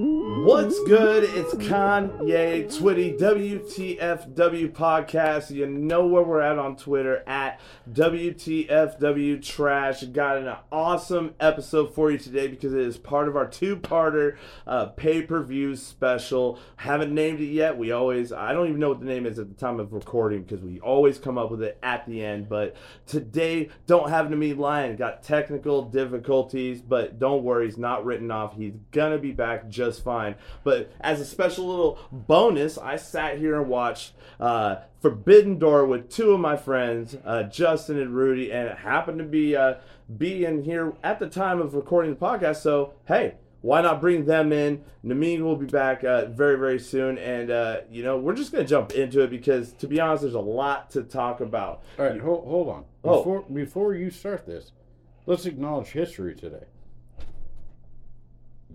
What's good? It's Kanye Twitty WTFW podcast. You know where we're at on Twitter at WTFW Trash. Got an awesome episode for you today because it is part of our two-parter uh, pay-per-view special. Haven't named it yet. We always I don't even know what the name is at the time of recording because we always come up with it at the end. But today, don't have to me lying. Got technical difficulties, but don't worry, he's not written off. He's gonna be back just fine. But as a special little bonus, I sat here and watched uh, Forbidden Door with two of my friends, uh, Justin and Rudy, and it happened to be uh, be in here at the time of recording the podcast. So hey. Why not bring them in? Nameen will be back uh, very, very soon. And, uh, you know, we're just going to jump into it because, to be honest, there's a lot to talk about. All right, hold, hold on. Oh. Before before you start this, let's acknowledge history today.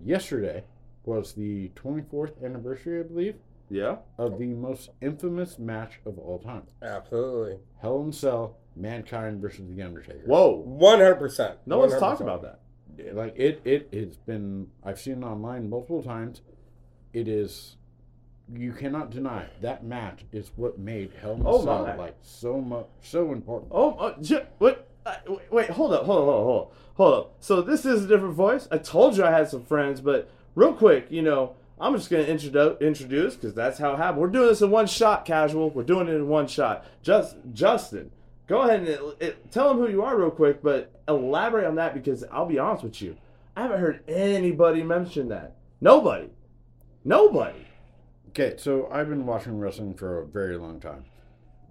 Yesterday was the 24th anniversary, I believe, Yeah? of the most infamous match of all time: Absolutely. Hell in a Cell, Mankind versus the Undertaker. Whoa. 100%. No one's talked about that. Like it, it has been. I've seen it online multiple times. It is. You cannot deny that match is what made Hell in a Oh, Cell my. like so much, so important. Oh, oh j- what? Uh, wait, wait, hold up, hold up, hold up, hold up, hold up. So this is a different voice. I told you I had some friends, but real quick, you know, I'm just gonna introdu- introduce because that's how it happened. We're doing this in one shot, casual. We're doing it in one shot. Just Justin, go ahead and it, it, tell them who you are real quick, but elaborate on that because I'll be honest with you, I haven't heard anybody mention that. Nobody, nobody. Okay, so I've been watching wrestling for a very long time,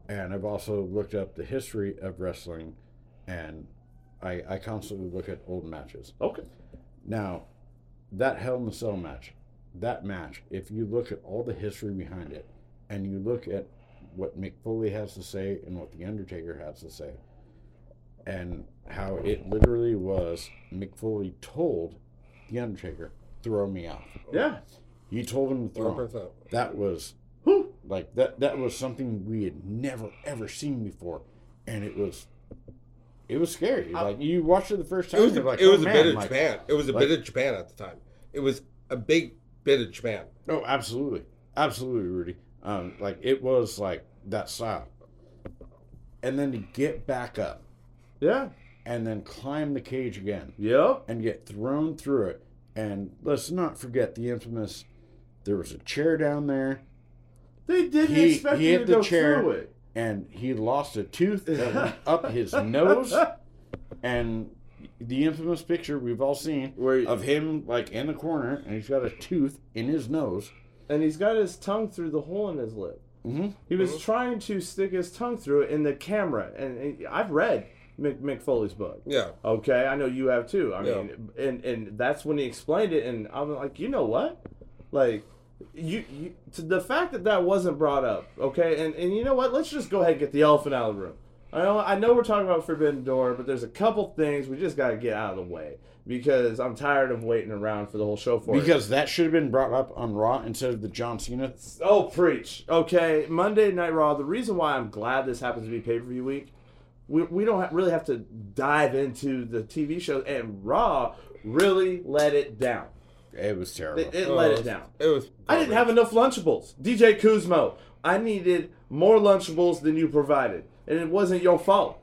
and I've also looked up the history of wrestling, and I, I constantly look at old matches. Okay. Now, that Hell in a Cell match, that match, if you look at all the history behind it, and you look at what Mick Foley has to say and what The Undertaker has to say, and how it literally was Mick Foley told The Undertaker, throw me out. Yeah. He told him to throw him. 100%. That was Whew. like that that was something we had never ever seen before and it was it was scary like you watched it the first It time was, you're like it was oh, a man, bit of like- Japan. It was a like- bit of Japan at the time. It was a big bit of Japan. oh absolutely absolutely rudy um like it was like that style and then to get back up Yeah. and then climb the cage again Yep. and get thrown through it and let's not forget the infamous there was a chair down there They didn't He- expect he you hit to the go chair. through it. and he lost a tooth that went up his nose and the infamous picture we've all seen Where- of him like in the corner and he's got a tooth in his nose and he's got his tongue through the hole in his lip. hmm He was trying to stick his tongue through it in the camera, and, and I've read Mick, Mick Foley's book. Yeah. Okay, I know you have too. I Yeah. mean, and and that's when he explained it, and I'm like, you know what, like. You, you to the fact that that wasn't brought up, okay, and and you know what? Let's just go ahead and get the elephant out of the room. I know, I know we're talking about Forbidden Door, but there's a couple things we just got to get out of the way because I'm tired of waiting around for the whole show for it. because that should have been brought up on raw instead of the john cena Oh, preach. Okay, Monday Night Raw. The reason why I'm glad this happens to be pay per view week, we, we don't ha- really have to dive into the TV show, and Raw really let it down. it was terrible It, it Oh, let was- it down. It was. I didn't have enough Lunchables. DJ Kuzmo, I needed more Lunchables than you provided, and it wasn't your fault.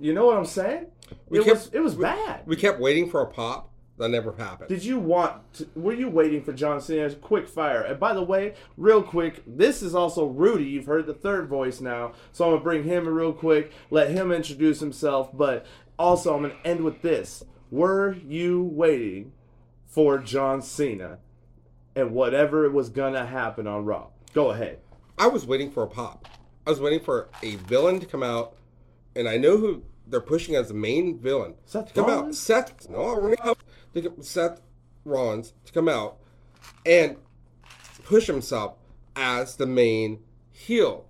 You know what I'm saying? We it kept- was it was bad. We kept waiting for a pop. That never happened. Did you want? To, were you waiting for John Cena's quick fire? And by the way, real quick, this is also Rudy. You've heard the third voice now, so I'm gonna bring him in real quick. Let him introduce himself. But also, I'm gonna end with this: Were you waiting for John Cena and whatever was gonna happen on Raw? Go ahead. I was waiting for a pop. I was waiting for a villain to come out, and I know who they're pushing as the main villain. Seth to come out. Rollins? Seth. No, I already have- to get Seth Rollins to come out and push himself as the main heel.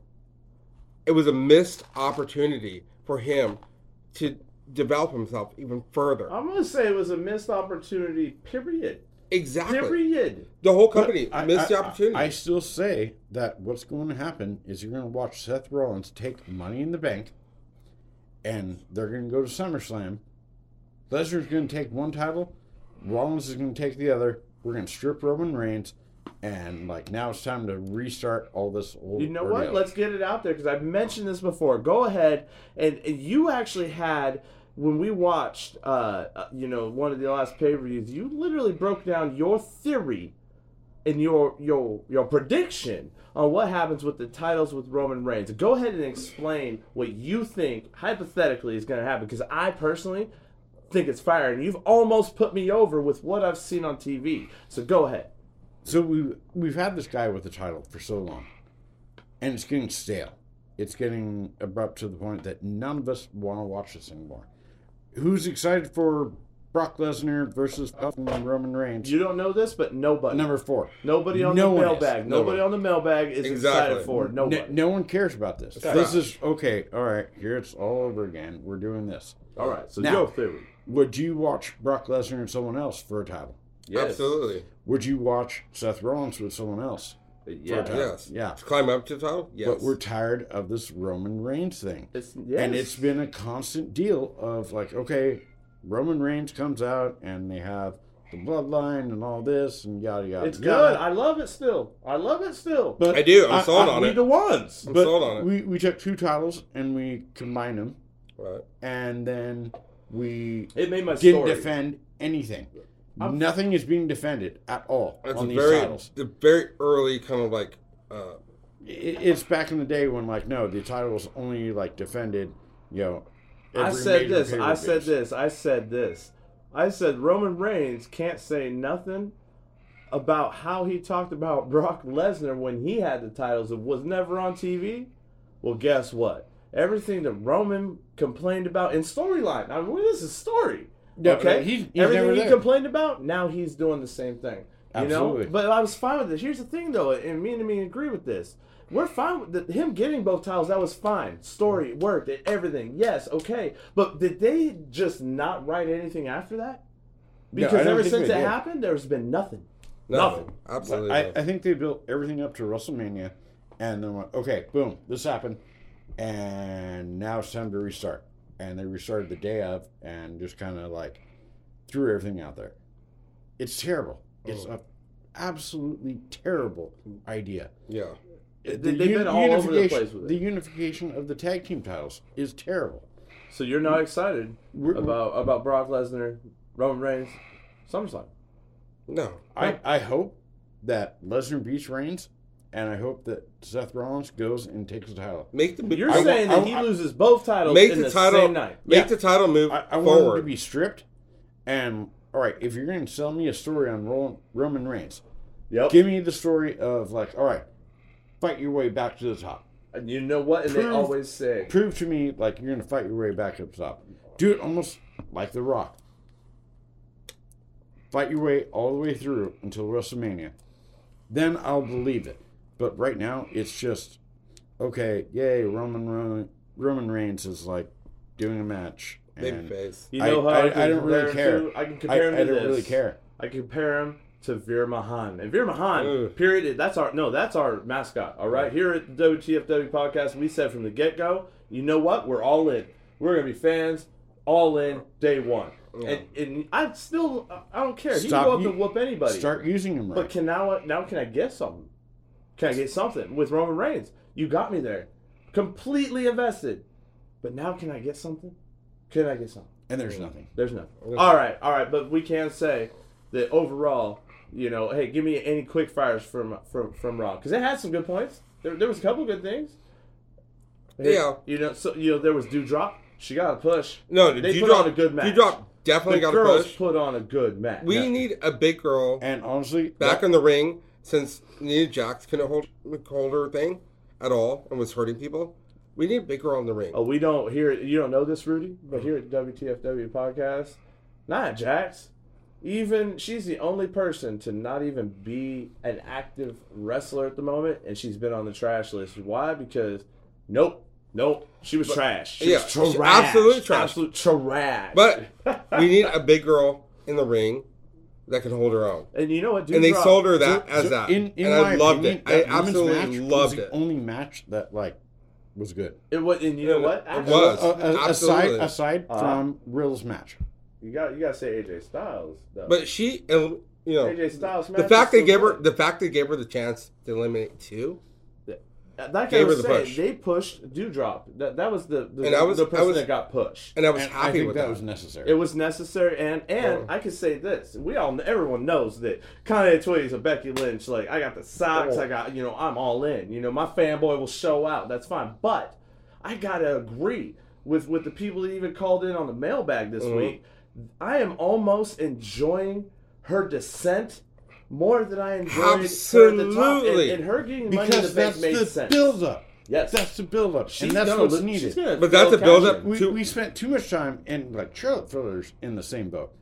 It was a missed opportunity for him to develop himself even further. I'm gonna say it was a missed opportunity. Period. exactly. Period. the whole company I- missed the I- opportunity. I, I still say that what's going to happen is you're going to watch Seth Rollins take Money in the Bank, and they're going to go to SummerSlam. Lesnar's going to take one title, Rollins is going to take the other, We're gonna strip Roman Reigns, and like now it's time to restart all this old. You know ordeal. what? Let's get it out there because I've mentioned this before. Go ahead, and, and you actually had when we watched, uh, uh, you know, one of the last pay per views. You literally broke down your theory and your your your prediction on what happens with the titles with Roman Reigns. Go ahead and explain what you think hypothetically is going to happen because I personally think it's fire, and you've almost put me over with what I've seen on TV. So go ahead. So we we've had this guy with the title for so long, and it's getting stale. It's getting abrupt to the point that none of us want to watch this anymore. Who's excited for Brock Lesnar versus fucking Roman Reigns? You don't know this, but nobody. Number four. Nobody on No the one is. mailbag. No Nobody one. on the mailbag is Exactly. excited for it. No, nobody. no one cares about this. This is okay. All right, here it's all over again. We're doing this. All right, so Now- your theory. Would you watch Brock Lesnar and someone else for a title? Yes. Absolutely. Would you watch Seth Rollins with someone else? Yeah. Yeah. Yes. Yeah. To climb up to the title? Yes. But we're tired of this Roman Reigns thing. It's, yes. And it's been a constant deal of like, okay, Roman Reigns comes out and they have the bloodline and all this and yada yada. It's good. yada. I love it still. I love it still. But I do. I'm sold on we it. the ones. I'm But sold on it. We we took two titles and we combined them right. and then we It made my didn't story. defend anything. I'm- Nothing is being defended at all That's on a these very, titles. the very early kind of like, uh, I- It's back in the day when like no, the title was only like defended, you know. I every said major this. I said pay-per-views. this. I said this. I said Roman Reigns can't say nothing about how he talked about Brock Lesnar when he had the titles and was never on TV. Well, guess what? Everything that Roman complained about in storyline. I mean, this is story. Yeah, okay, yeah, he's- he's everything never he there. complained about. Now he's doing the same thing. You Absolutely. know, but I was fine with it. Here's the thing, though, and me and me agree with this. We're fine with the, him getting both titles. That was fine. Story worked. It, everything. Yes, okay. But did they just not write anything after that? No, I Because don't ever think since they it did. happened, there's been nothing. nothing. Nothing. Absolutely. I, nothing. I think they built everything up to WrestleMania, and then went, okay, boom, this happened, and now it's time to restart. And they restarted the day of, and just kind of like threw everything out there. It's terrible. It's Oh. a absolutely terrible idea. yeah. They- they've been all over the unification- place with it. The unification of the tag team titles is terrible. So you're not excited We're- about about Brock Lesnar, Roman Reigns, SummerSlam. No. I, I hope that Lesnar beats Reigns, and I hope that Seth Rollins goes and takes the title. Make the You're I want- saying I that he want- loses both titles make in the, the, title same night. make Yeah. the title move I, I want him to forward. be stripped. And all right, if you're going to sell me a story on Ro- Roman Reigns, Yep. give me the story of like, all right, fight your way back to the top. And you know what? And they Prove- always say, Prove to me like you're going to fight your way back up top. Do it almost like The Rock. Fight your way all the way through until WrestleMania. Then I'll believe it. But right now, it's just okay. Yay, Roman Ro- Roman Reigns is like doing a match. and- Babyface. you I- know how I- I, I can don't really compare him care. to? I can I, I compare him to don't this. really care. I compare him to Veer Mahan. And Veer Mahan, Ugh. period, that's our no, that's our mascot. All right. Here at the WTFW podcast, we said from the get go, you know what? We're all in. We're gonna be fans, all in, day one. And, and I still I don't care. he can Stop. go up You- and whoop anybody. Start using him right. But can now now can I get something? Can I get something with Roman Reigns? You got me there, completely invested. But now can I get something? Can I get something? and there's nothing. There's nothing. All right, all right, but we can say that overall, you know, hey, give me any quick fires from from from Raw because it had some good points. There, there was a couple good things. Yeah. you know, so you know there was Dewdrop. She got a push. No, They you put drop on a good match. You drop The definitely got a girls push. put on a good match. We need a big girl And honestly, back that- in the ring since Nia Jax couldn't hold, hold her thing at all and was hurting people. We need a big girl in the ring. Oh, we don't here. You don't know this, Rudy, but here at WTFW podcast, not Jax. Even she's the only person to not even be an active wrestler at the moment, and she's been on the trash list. Why? Because nope, nope, she was trash. She yeah, was she's trash, absolute trash. absolute trash. But we need a big girl in the ring that can hold her own. and you know what? Dude And they Rock- sold her that so- as so that. In, in and my I loved opinion, it. I that women's match absolutely was loved the it. Only match that like was good. It was, and you know what? It was. Uh, uh, aside Absolutely. aside Uh-huh. from Rill's match, You got you got to say AJ Styles though. But she, and You know, AJ Styles. the fact they gave her the fact they gave her the chance to eliminate two, that guy gave her was the saying push. they pushed Dewdrop. That that was the the, And I was- the I person was- that got pushed. and I was And happy I think with that, that. was necessary. It was necessary, and and Oh. I can say this: we all, everyone knows that Kanye Twain and Becky Lynch. Like I got the socks, Oh. I got you know, I'm all in. You know, my fanboy will show out. That's fine, but I gotta agree with with the people that even called in on the mailbag this Mhm. week. I am almost enjoying her descent more than I enjoyed her at the top, and, Absolutely. and her getting money in the because bank that's made the sense. build up. Yes. That's the build up. She's And that's gonna what's lo- needed. she's gonna But that's build a build cash up. in. we, Two- we spent too much time in like Charlotte Flair's in the same boat.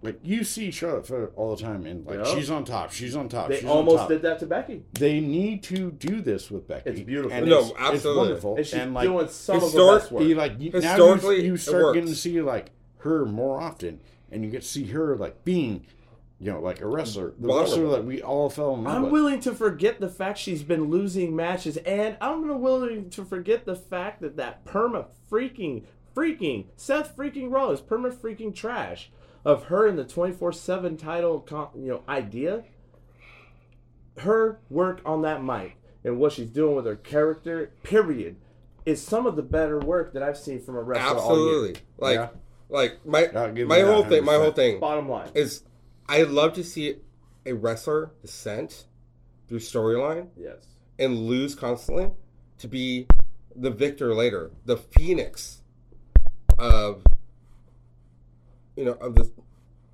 Like you see Charlotte Flair all the time, and like Yep. she's on top, she's on top. They she's almost on top. did that to Becky. They need to do this with Becky. It's beautiful. And No, it's, absolutely. It's wonderful. And she's and like doing some of her historic- best work. you like you, now you, Historically, you it start getting to works. see like her more often, and you get to see her like being, you know, like a wrestler, the wrestler Vulnerable. that we all fell in love I'm with. willing to forget the fact she's been losing matches, and I'm gonna willing to forget the fact that that perma freaking freaking Seth freaking Rollins perma freaking trash of her in the 24/7 title con- you know idea. Her work on that mic and what she's doing with her character, period, is some of the better work that I've seen from a wrestler all year. Absolutely, like Yeah. like my I'll give you my that whole thing. My whole 100%. thing. Bottom line, is I love to see a wrestler descent through storyline yes, and lose constantly to be the victor later, the phoenix of you know of the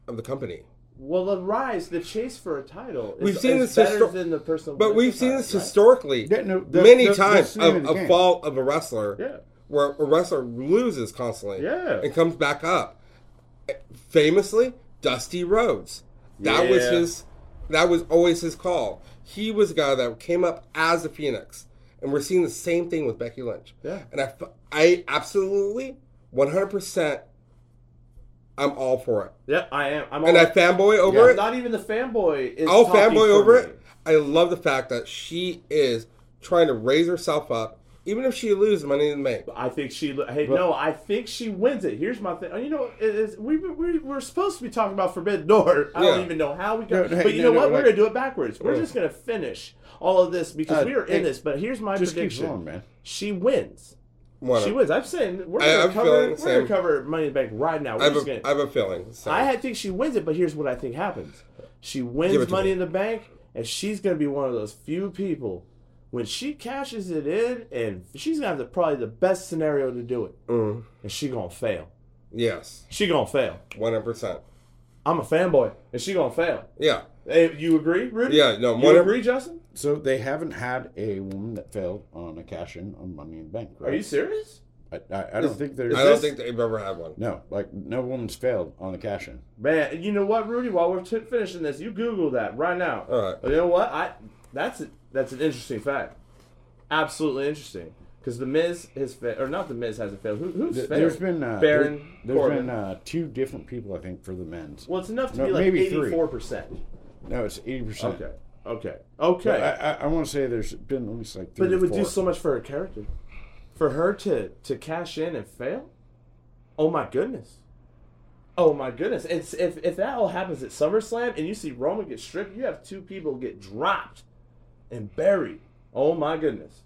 of the company. well, the rise, the chase for a title, is, We've seen is this better histo- than the person. But with we've the seen title, this right? historically Yeah, no, that- many that- that's times the name of of the a game. fall of a wrestler Yeah. where a wrestler loses constantly Yeah. and comes back up. Famously, Dusty Rhodes. That was Yeah. his. That was always his call. He was a guy that came up as a phoenix, and we're seeing the same thing with Becky Lynch. Yeah. and I, f- I absolutely, one hundred percent, I'm all for it, Yep, I am. I'm and all- I fanboy over Yeah. it. Not even the fanboy is. I'll talking fanboy for over me. it. I love the fact that she is trying to raise herself up, even if she loses money in the bank. I think she. Hey, no, I think she wins it. Here's my thing. Oh, You know, it is, we, we we're supposed to be talking about Forbidden Door. I don't Yeah. even know how we got. No, no, but you no, know no, what? we're like- gonna do it backwards. We're Yeah. just gonna finish all of this because Uh, we are in it- this. But here's my Just keep prediction. going, man. She wins. One She of- wins. I'm saying we're Uh, I- gonna I'm cover. feeling We're the gonna same. cover Money in the Bank right now. We're I have, just a, gonna, I have a feeling. So. I had- think she wins it, but here's what I think happens. She Give it wins to Money me. in the Bank, and she's going to be one of those few people when she cashes it in, and she's going to have the, probably the best scenario to do it, Mm, and she going to fail. yes, She going to fail. one hundred percent. I'm a fanboy, and she going to fail. Yeah, Hey, you agree, Rudy? yeah. No, You one agree, Justin? So they haven't had a woman that failed on a cash in on Money in the Bank. Right? Are you serious? I, I, I don't think there's. I don't this- think they've ever had one. No, like no woman's failed on the cash in. Man, you know what, Rudy? While we're t- finishing this, you Google that right now. All right. You know what? I that's a, that's an interesting fact. Absolutely interesting. Because the Miz has fa- or not the Miz hasn't failed. Who, who's Th- failed? There's been uh, Baron. There, has Corbin. been uh, two different people, I think, for the men's. well, it's enough to no, be like maybe three. eighty-four percent. No, it's eighty percent. Okay. Okay. Okay. I, I, I want to say there's been at least like. Three but it would do four. so much for her character, for her to to cash in and fail. Oh my goodness. Oh my goodness! It's, if if that all happens at SummerSlam and you see Roman get stripped, you have two people get dropped and buried. Oh my goodness!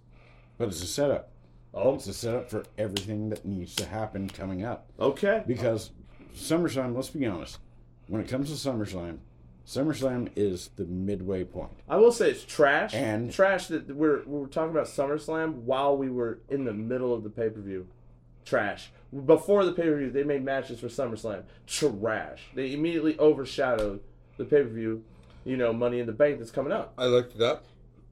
But it's a setup. Oh, It's a setup for everything that needs to happen coming up. okay. Because SummerSlam, let's be honest, when it comes to SummerSlam, SummerSlam is the midway point. I will say it's trash. And- trash that we're we were talking about SummerSlam while we were in the middle of the pay per view. Trash. Before the pay per view, they made matches for SummerSlam. Trash. They immediately overshadowed the pay per view. You know, Money in the Bank that's coming up. I looked it up.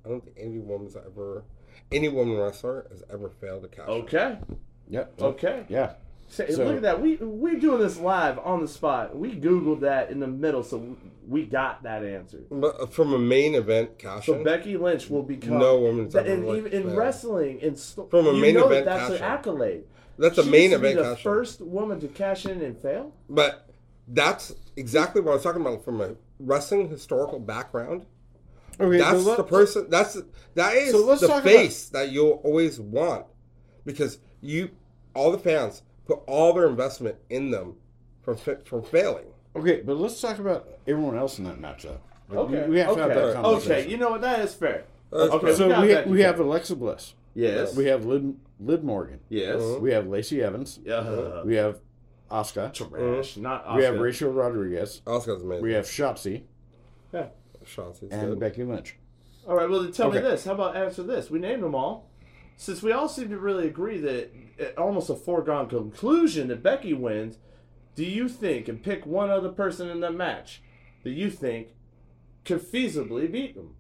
I don't think any woman's ever, any woman wrestler has ever failed a cash. in. Okay. Yep. Okay. Yeah. Say- So- look at that. We we're doing this live on the spot. We googled that in the middle, so we got that answer. But uh, from a main event cash. So in, Becky Lynch will become no woman's That- ever. and really even in failed. wrestling, in st- From a you main know event that that's an cash-in. accolade. that's a She main used to be event the cash. in. first woman to cash in and fail. But that's exactly what I was talking about from a wrestling historical background. Okay. That's so let- the person. That's that is So let's the talk face that you'll always want, because you, all the fans, put all their investment in them from fa- from failing. Okay, but let's talk about everyone else in that matchup. Like, we- Okay. We have to okay. have that conversation. okay. You know what? That is fair. That's okay. fair. we So got we, that we to- have Alexa Bliss. yes. We have Lid, Lid Morgan. yes. uh, Uh-huh. We have Lacey Evans. Yeah. We have Asuka. Trash. Not Oscar. Uh-huh. We have Rachel Rodriguez. Oscar's amazing. We have Shotzi Yeah. Shots. He's and good. Becky Lynch. All right. Well, then tell me Okay. this. How about answer this? We named them all. Since we all seem to really agree that it, it- almost a foregone conclusion that Becky wins, do you think and pick one other person in that match that you think could feasibly beat them?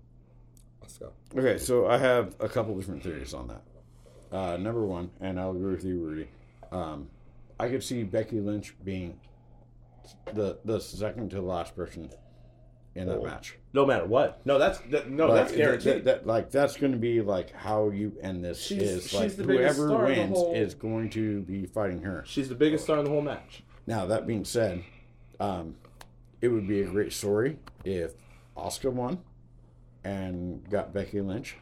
Oscar. Okay, so I have a couple different theories on that. Uh, number one, and I'll agree with you, Rudy. Um, I could see Becky Lynch being the the second to last person in that Oh. match. No matter what. No, that's that, no, Like, that's that- guaranteed. That, that- like that's going to be like how you end this She's- is like she's the biggest whoever star in the wins whole- is going to be fighting her. She's the biggest star in the whole match. Now that being said, um, it would be a great story if Oscar won and got Becky Lynch,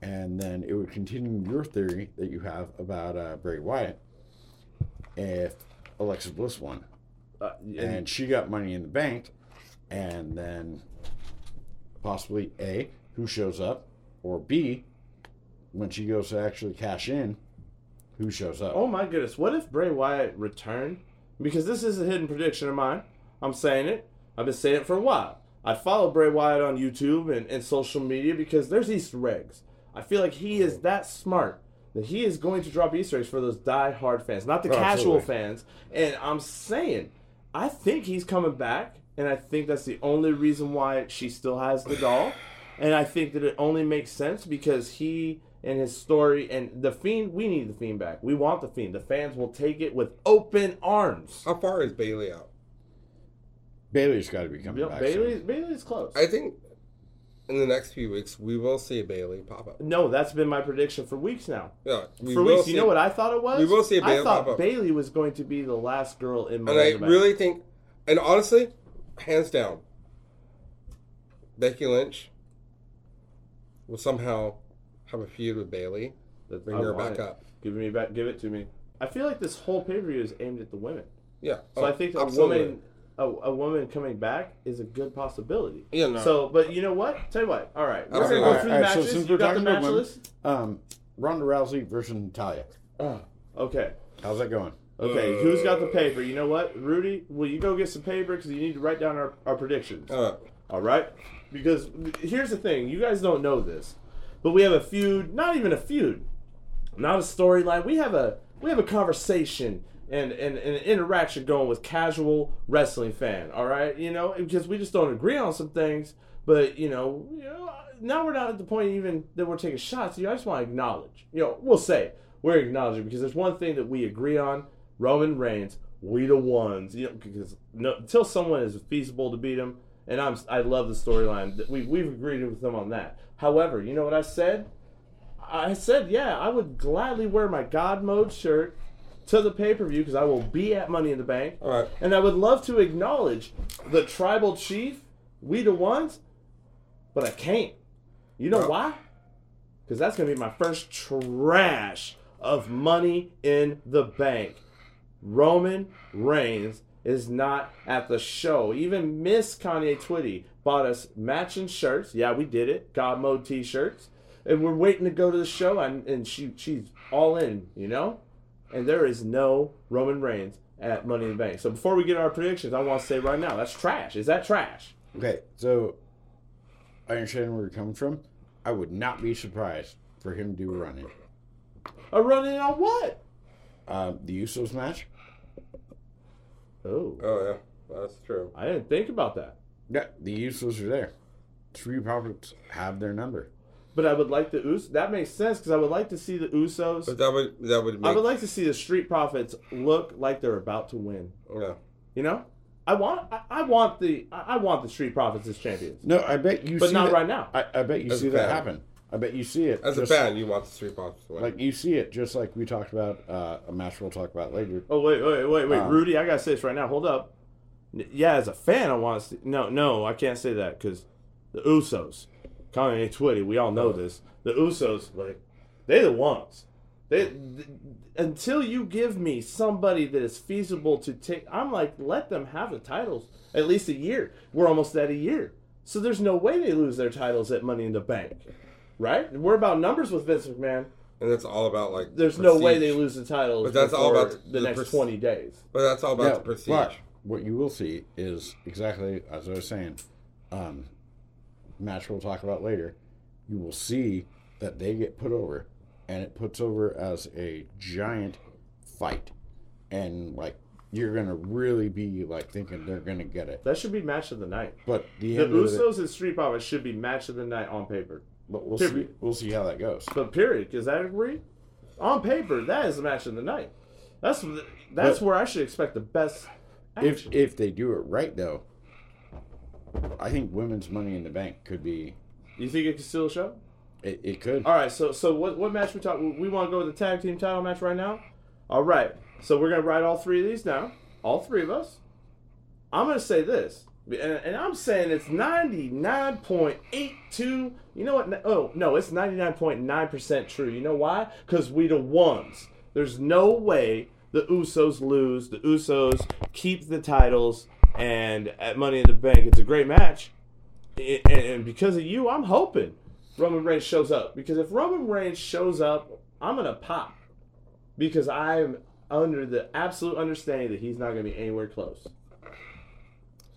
and then it would continue your theory that you have about uh, Bray Wyatt if Alexa Bliss won Uh, and she got Money in the Bank, and then possibly A who shows up or B when she goes to actually cash in, who shows up? Oh my goodness, what if Bray Wyatt returned? Because this is a hidden prediction of mine. I'm saying it. I've been saying it for a while. I follow Bray Wyatt on YouTube and, and social media because there's Easter eggs. I feel like he is that smart that he is going to drop Easter eggs for those die-hard fans, not the Oh, casual absolutely. fans. And I'm saying, I think he's coming back, and I think that's the only reason why she still has the doll. And I think that it only makes sense because he and his story and the fiend. We need the fiend back. We want the fiend. The fans will take it with open arms. How far is Bailey out? Bailey's got to be coming back. soon. Bailey's Bailey's close. I think in the next few weeks we will see Bailey pop up. no, that's been my prediction for weeks now. Yeah, we for will weeks, see you know what I thought it was? we will see a I Bailey thought pop up. Bailey was going to be the last girl in my. And I main event. really think, and honestly, hands down, Becky Lynch will somehow have a feud with Bailey. That's- Bring I her want back it. up. Give me back. Give it to me. I feel like this whole pay per view is aimed at the women. Yeah. So oh, I think a absolutely. woman, a, a woman coming back is a good possibility. Yeah, no. So, but you know what? Tell you what. All right, we're Absolutely. gonna go through the All right, so matches. since you we're got the talking about match women- list. Um, Ronda Rousey versus Natalia. Oh, okay. How's that going? Okay. Who's got the paper? You know what, Rudy? Will you go get some paper because you need to write down our, our predictions. All right. All right. Because here's the thing, you guys don't know this, but we have a feud. Not even a feud. Not a storyline. We have a we have a conversation and, and, and an interaction going with casual wrestling fan. All right, you know, because we just don't agree on some things. But you know, you know, now we're not at the point even that we're taking shots. You, know, I just want to acknowledge. You know, we'll say we're acknowledging because there's one thing that we agree on: Roman Reigns. We the ones, you know, because no, until someone is feasible to beat him, and I'm I love the storyline. that We we've agreed with them on that. However, you know what I said? I said, yeah, I would gladly wear my God mode shirt to the pay per view because I will be at Money in the Bank. All right. And I would love to acknowledge the tribal chief, we the ones, but I can't. You know Well- why? Because that's going to be my first trash of Money in the Bank. Roman Reigns is not at the show. Even Miss Kanye Twitty bought us matching shirts. Yeah, we did it. God mode t-shirts. And we're waiting to go to the show and, and she she's all in, you know? And there is no Roman Reigns at Money in the Bank. So before we get our predictions, I want to say right now, that's trash. Is that trash? Okay, so I understand where you're coming from. I would not be surprised for him to do a run in. A running on what? Um, the Usos match? Oh. Oh yeah, that's true. I didn't think about that. Yeah, the Usos are there. Three Profits have their number. But I would like the Us that makes sense because I would like to see the Usos. But that would that would I make would like to see the Street Profits look like they're about to win. yeah. You know, I want I, I want the I I want the Street Profits as champions, No, I bet you but see not that- right now. I, I bet you As a see that fan. happen. I bet you see it. As a just- fan, you want the three pops to win. Like, you see it just like we talked about uh, a match we'll talk about later. oh wait wait wait wait, Uh. Um, Rudy, I gotta say this right now. Hold up. N- Yeah, as a fan, I want to. See, no no, I can't say that because the Uh-huh. Usos, Kanye Twitty, we all know this. The Usos like they the ones. They, th- until you give me somebody that is feasible to take, I'm like, let them have the titles at least a year. We're almost at a year, so there's no way they lose their titles at Money in the Bank, right? We're about numbers with Vince McMahon. and that's all about like. There's no way prestige. they lose the titles. But that's all before about the, the next pres- 20 days. But that's all about Yeah, the prestige. But what you will see is exactly as I was saying, um, match we'll talk about later. You will see that they get put over, and it puts over as a giant fight, and like you're gonna really be like thinking they're gonna get it. That should be match of the night. But the, The end of it, Usos and Street Profits should be match of the night on paper. but we'll see. period. We'll see how that goes. But period, because that agree on paper that is the match of the night. That's that's But- where I should expect the best. If Action. if they do it right though, I think women's Money in the Bank could be. you think it can steal a show? It, it could. All right. So so what what match we talk? We want to go with the tag team title match right now. All right. So we're gonna write all three of these down. All three of us. I'm gonna say this, and, and I'm saying it's 99.82. You know what? Oh no, it's 99.9 percent true. You know why? Because we the ones. There's no way the Usos lose. The Usos keep the titles, and at Money in the Bank, it's a great match. I- and, and because of you, I'm hoping Roman Reigns shows up. Because if Roman Reigns shows up, I'm gonna pop. Because I'm under the absolute understanding that he's not gonna be anywhere close.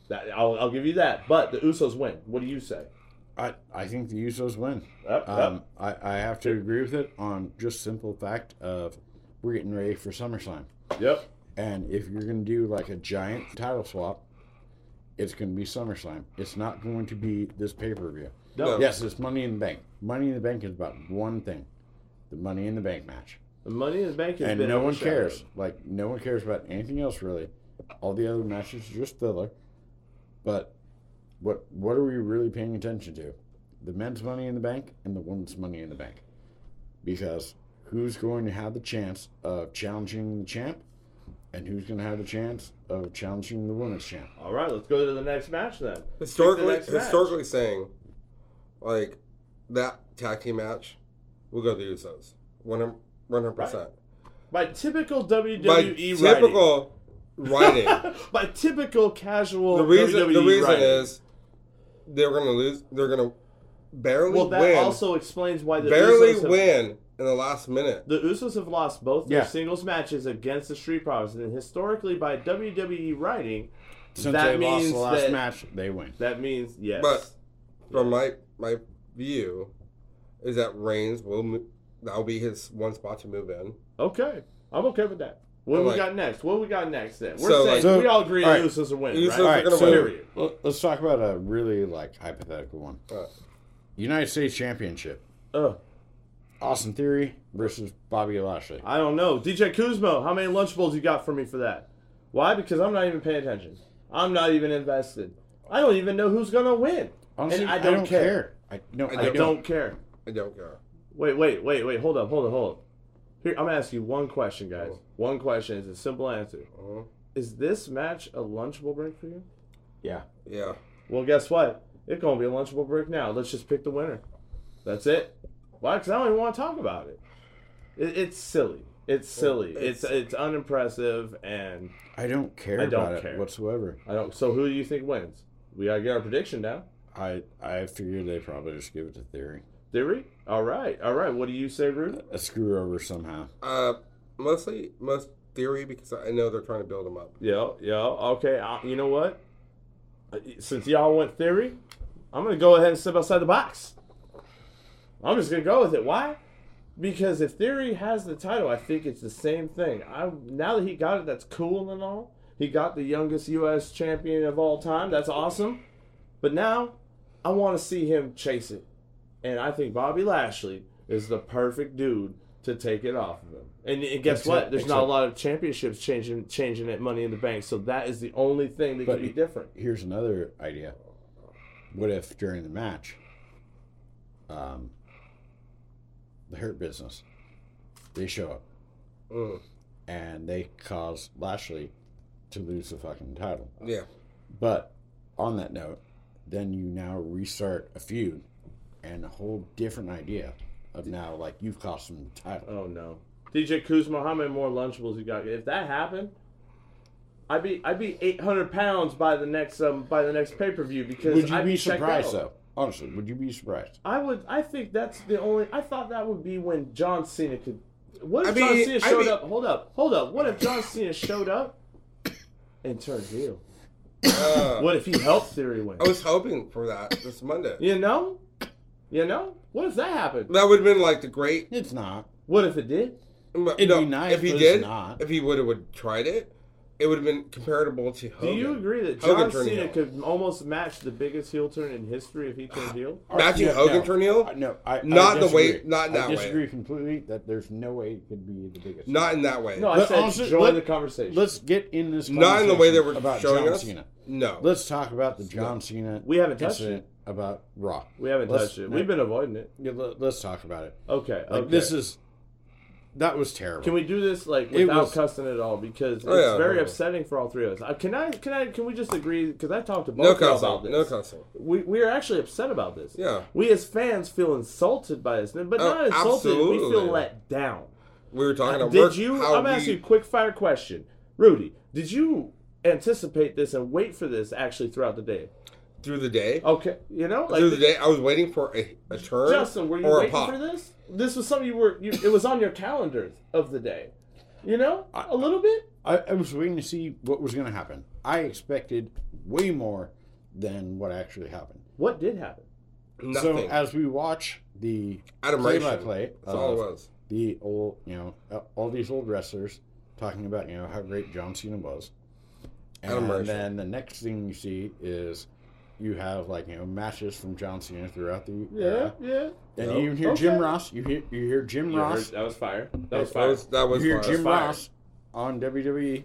That I'll, I'll give you that. But the Usos win. What do you say? I, I think the Usos win. Up, Um, I, I have to agree with it on just simple fact of we're getting ready for SummerSlam. up. Yep. And if you're going to do like a giant title swap, it's going to be SummerSlam. It's not going to be this pay per view. No. Yes, it's Money in the Bank. Money in the Bank is about one thing the Money in the Bank match. The Money in the Bank has And been no one overshadowed. cares. Like, no one cares about anything else really. All the other matches are just filler. But what what are we really paying attention to? The men's money in the bank and the women's money in the bank. Because who's going to have the chance of challenging the champ and who's going to have the chance of challenging the women's champ? All right, let's go to the next match then. historically, Pick the next match. historically saying, like that tag team match, we'll go the Usos, one hundred percent. By typical By WWE writing. typical writing, By typical casual the reason WWE the reason writing. is they're gonna lose. They're gonna barely well, that win, also explains why the barely Usos have win in the last minute. The Usos have lost both their Yeah. singles matches against the Street Profits, and historically, by WWE writing, Since That they lost means the last that- match, they win. that means yes. But from my my view, is that Reigns will mo- that'll be his one spot to move in. okay, I'm okay with that. What I'm we like- got next? What we got next? Then we're So, saying like- we all agree All the right. Usos are winning, Usos right? are All right, gonna so win. let- let's talk about a really like hypothetical one. Uh, United States Championship. Ugh, Austin Theory versus Bobby Lashley. I don't know, DJ Kuzmo. How many Lunchables you got for me for that? Why? Because I'm not even paying attention. I'm not even invested. I don't even know who's gonna win, Honestly, and I don't, care. I no, I, I don't. don't, care. I don't care. Wait, wait, wait, wait. Hold up, hold up, hold up. Here, I'm gonna ask you one question, guys. One question is a simple answer. Uh-huh. Is this match a lunchable break for you? Yeah, Yeah. Well, guess what? It's gonna be a lunchable break now. Let's just pick the winner. That's it. Why? Because I don't even want to talk about it. it it's silly. It's silly. It's, It's- it's unimpressive, and I don't care I don't about care. it whatsoever. I don't. So who do you think wins? We gotta get our prediction down. I I figured they probably just give it to Theory. Theory. All right. All right. What do you say, Rude? A screw over somehow. Uh, mostly most theory because I know they're trying to build him up. Yo, yo. Okay. Uh, you know what? Uh, Since y'all went theory, I'm gonna go ahead and step outside the box. I'm just gonna go with it. Why? Because if Theory has the title, I think it's the same thing. I now that he got it, that's cool and all. He got the youngest U.S. champion of all time. That's awesome. But now, I want to see him chase it, and I think Bobby Lashley is the perfect dude to take it off of him. And, and guess what? Except- There's not a except- lot of championships changing changing at Money in the Bank, so that is the only thing that But could be he- different. Here's another idea. What if during the match, um, the Hurt Business, they show up Mm. and they cause Lashley to lose the fucking title. Yeah. But on that note, then you now restart a feud and a whole different idea of now like you've cost them the title. Oh no. DJ Kuzma, how many more Lunchables you got? If that happened, I'd be I'd be eight hundred pounds by the next um by the next pay per view because Would you I'd be checked surprised out. though? Honestly, would you be surprised? I would. I think that's the only. I thought that would be when John Cena could. What if I John mean, Cena I showed mean- up? Hold up, hold up. What if John Cena showed up and turned heel? Uh, What if he helped Theory win? I was hoping for that this Monday. You know, you know. What if that happened? That would have been like the great. It's not. What if it did? It'd be nice, if he but it's did. not. If he would have would tried it, it would have been comparable to Do Hogan. you agree that Hogan John turned Cena heel. could almost match the biggest heel turn in history if he turned heel? Matching No, Hogan no. turn heel? I- No, I, I Not the way- disagree. not in that I way. disagree completely that there's no way it could be the biggest. Not in that way. No, I Let- said honestly, join let- the conversation. Let's get in this. Not in the way they conversation were about showing John us. Cena. No. Let's talk about the John Cena. We haven't touched incident about Raw. we haven't Let's- touched it. no, We've been avoiding it. yeah, let- let's talk about it. Okay. Like okay. this is that was terrible. Can we do this like It without was- cussing at all? Because Oh, it's yeah, very no. upsetting for all three of us. Uh, can I? Can I? Can we just agree? Because I talked to both No of y'all about cussing. this. No cussing. We we are actually upset about this. Yeah. We as fans feel insulted by this, but Oh, not insulted. We feel absolutely. let down. We were talking about Did work- you? how I'm we- asking you a quick fire question, Rudy. Did you anticipate this and wait for this actually throughout the day? through the day. Okay, you know, Oh, like through the day, I was waiting for a, a turn Justin, were you or a waiting pop. for this? This was something you were. You, it was on your calendar of the day. You know, a little bit. I, I was waiting to see what was going to happen. I expected way more than what actually happened. What did happen? Nothing. So as we watch the Adoration. play-by-play That's all it of was. the old, you know, uh, all these old wrestlers talking about, you know, how great John Cena was. And Adoration. then the next thing you see is you have like, you know, matches from John Cena throughout the Yeah, era. yeah. And Nope. you even hear Jim Okay. Ross. You hear you hear Jim You heard- Ross. that was fire. That was That fire. was, that was you hear fire. Jim Fire. Ross on E. WWE.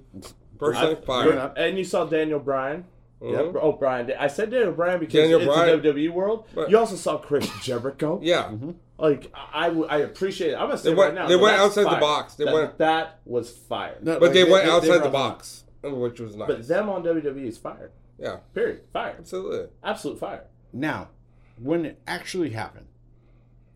First I- thing fire. Yep. and you saw Daniel Bryan. Mhm. Oh, Bryan. I said Daniel Bryan because Daniel it's Bryan. the WWE world. But- you also saw Chris Jericho. Yeah. Like I, I would- I appreciate it. I'm gonna say They went- right now. they that went that's outside the fire. box. They that, went- That was fire. No, But like, they, went outside brought him the out. box, which was nice. But them on WWE is fire. yeah, Period. Fire. absolutely. Absolute fire. Now, when it actually happened,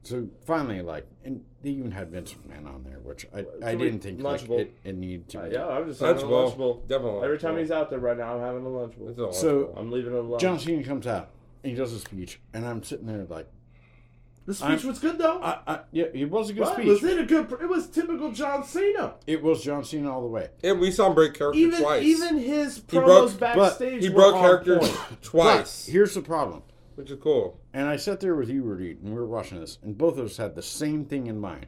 so finally, like, and they even had Vince McMahon on there, which I, I Can we- didn't think like, Lunchable. it, it needed to Uh, be. yeah, I'm just having a Lunchable. lunchable. Definitely. Every time lunchable. he's out there right now, I'm having a lunchable. It's a So- lunchable. I'm leaving it alone. John Cena comes out and he does a speech, and I'm sitting there like, the speech was good though. I, I, yeah, it was a good What? speech. Was it a good? pr- It was typical John Cena. It was John Cena all the way. and we saw him break character Even twice. even his promos broke- but backstage. he were broke on character point. twice, But here's the problem, which is cool. and I sat there with you, Rudy, and we were watching this, and both of us had the same thing in mind: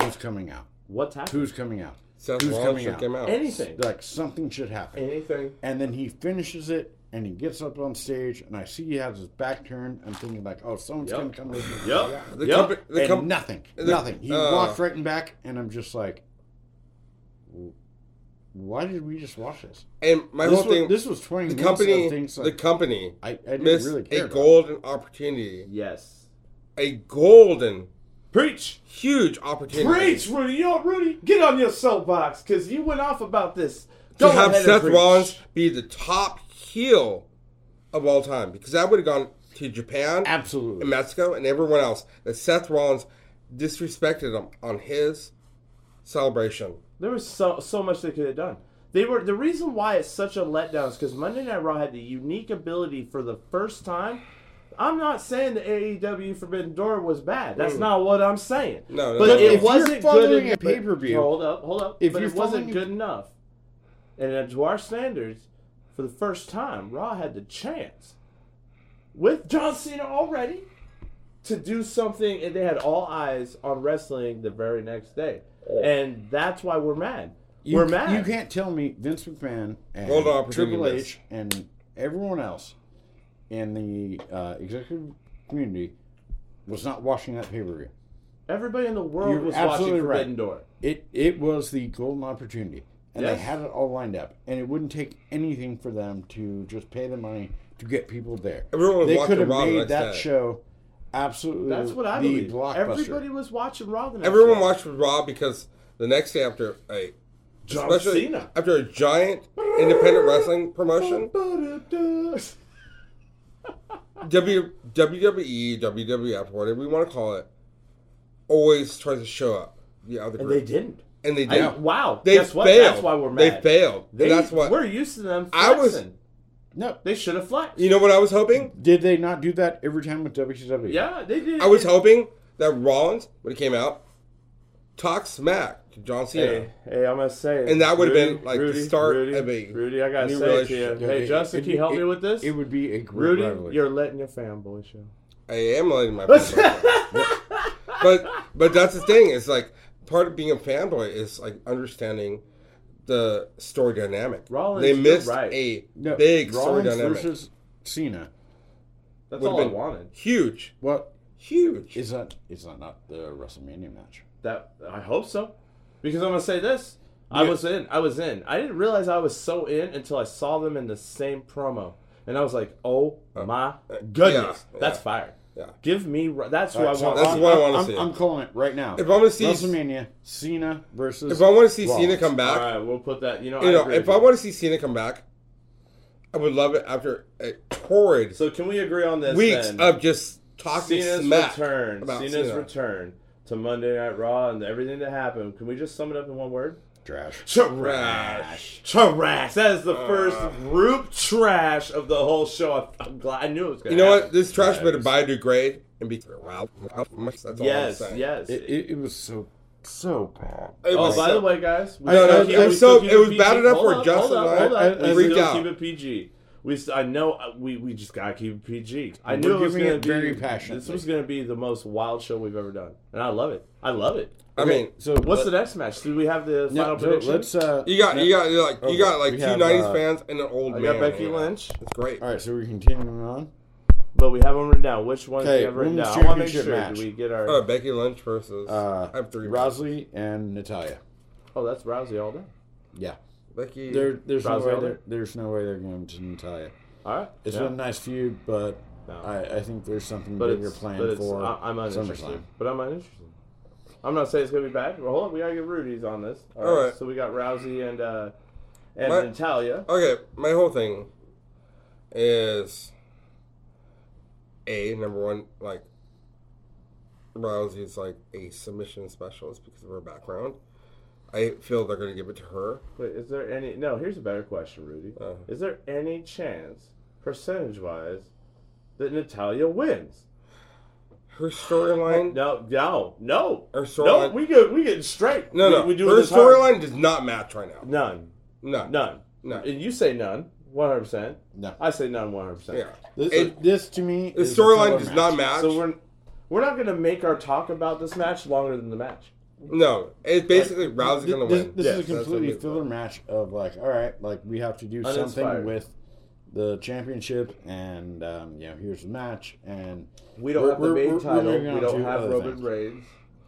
who's coming out? What's happening? Who's coming out? Seth Who's Rollins coming should out? came out. Anything. Like something should happen. Anything. And then he finishes it and he gets up on stage and I see he has his back turned. I'm thinking like, oh, someone's Yep. gonna come with me. Yep. The yep. company, the And com- nothing. the- nothing. He uh, walked right and back and I'm just like w- why did we just watch this? and my this, whole was, thing, this was 20 the minutes company, of things the like company I, I didn't missed really a care. about. golden opportunity, Yes. a golden, Preach. huge opportunity. Preach, Rudy. You know, Rudy, get on your soapbox because you went off about this. to Go have ahead and Seth preach. Rollins be the top heel of all time because that would have gone to Japan and Absolutely. Mexico and everyone else. That Seth Rollins disrespected him on his celebration. There was so so much they could have done. They were the reason why it's such a letdown is because Monday Night Raw had the unique ability for the first time. I'm not saying the AEW Forbidden Door was bad. That's not what I'm saying. Mm. No, no, but no, no. it If you're wasn't good following en- a pay-per-view- but- Hold up, hold up. If but you're it wasn't following- good enough, and uh, to our standards, for the first time, Raw had the chance with John Cena already to do something, and they had all eyes on wrestling the very next day, Oh. and that's why we're mad. You, we're c- mad. You can't tell me Vince McMahon and Golden opportunity Triple missed. H and everyone else in the uh, executive community was not watching that pay per view. Everybody in the world You're was absolutely watching right. Forbidden Door. It it was the golden opportunity, and Yes. they had it all lined up, and it wouldn't take anything for them to just pay the money to get people there. Everyone was they watching could have Raw the made next that day. show absolutely. That's what I the believe. Blockbuster. Everybody was watching Raw the next Everyone day. watched Raw because the next day after a John especially Cena. after a giant independent wrestling promotion, W E, WWE, WWF, whatever you want to call it, always tries to show up. the other and they group, didn't. and they, I- don't. wow, They guess failed. what? That's why we're They mad. failed. They- that's why we're used to them. I Flexing. was- No. They should have flexed. you know what I was hoping. Did they not do that every time with WCW? yeah, they did. I was hoping that Rollins when he came out talked smack to John Cena. Hey, hey, I'm gonna say, it. And that would've been, Rudy, like, the Rudy, start Rudy, of a Rudy. I gotta new say it to you. relationship. Hey, It- Justin, it- can you help it- me with this? It would be a great Rudy, rivalry. you're letting your fanboy show. I am letting my but but that's the thing. It's like part of being a fanboy is like understanding the story dynamic. Rollins, they you're missed right. a No, big story Rollins dynamic. versus Cena. That's Would've all I been- wanted. Huge, What huge. is that? Is that not the WrestleMania match? That I hope so, because I'm gonna say this. I Yeah. was in. I was in. I didn't realize I was so in until I saw them in the same promo, and I was like, "Oh my goodness, Uh, yeah, that's yeah. fire! Yeah. Give me Ro- that's who All I right, so want. that's I'm- what I I'm- wanna I'm- see. I'm calling it right now. If I wanna see- WrestleMania, Cena versus. if I want to see Cena Rollins. come All back, right, we'll put that. You know, you I know, agree if with I you. want to see Cena come back, I would love it after a horrid so can we agree on this? weeks then? of just talking Cena's smack return. about Cena's Cena. return to Monday Night Raw and everything that happened. Can we just sum it up in one word? trash. Trash. Trash. That is the first Uh. group trash of the whole show. I, I'm glad I knew it was going You to know happen. what? This trash better biodegrade and be wow. That's all Yes, I'm saying. yes. It, it, it was so so bad. It oh, was by so- the way, guys. We I- I- still keep- I- we still so keep it was bad enough Hold where up, Justin hold up, and I- hold up. I- I we freaked still out. keep it PG. We, st- I know uh, we, we just gotta keep it PG. I We're knew it was giving gonna it be very This passionately. was gonna be the most wild show we've ever done, and I love it. I love it. I Okay, mean, so What's let- the next match? Do we have the no, final so prediction? let's. Uh, you got no- you got you like Okay, you got like Oh, we two have, '90s uh, fans and an old I man. got Becky yeah. Lynch, It's great. All right, so we're continuing on. but we have them written down. Which one do we Okay, have written women's down? I want to make championship sure match. do we get our. Uh, Becky Lynch versus Uh, I have three. Rosley and Natalia. oh, that's Rousey all day. Yeah, Becky. there, there's no Rousey way out they're, there? there's no way they're going to Natalia. All right. It's yeah. been a nice feud, but No. I, I think there's something but bigger it's, planned but it's for I, I'm uninterested. SummerSlam. But I'm uninterested. I'm not saying it's gonna be bad. Well, hold on, we gotta get Rudy's on this. All right. All right. So we got Rousey and uh, and My- Natalia. Okay, my whole thing is a number one like Rousey's like a submission specialist because of her background. I feel they're gonna give it to her. Wait, is there any? No, here's a better question, Rudy. Uh, Is there any chance, percentage wise, that Natalia wins? her storyline. No, no, no. Her No, storyline. we get we getting straight. No, we, no. We do it her this hard. storyline does not match right now. None, No, no. none, And you say none, one hundred percent. No, I say none, one hundred percent. Yeah. this, It- this to me. The is a storyline filler does match. not match. So we're we're not gonna make our talk about this match longer than the match. no, it's basically Rousey's Th- gonna this, win. This Yes, is a that's completely what we- filler match of like, all right, like we have to do Uninspired. something with the championship, and um, you know, here's the match, and We don't We're- have the main we're- we're- we're title. moving We on don't to have other Roman things. Reigns.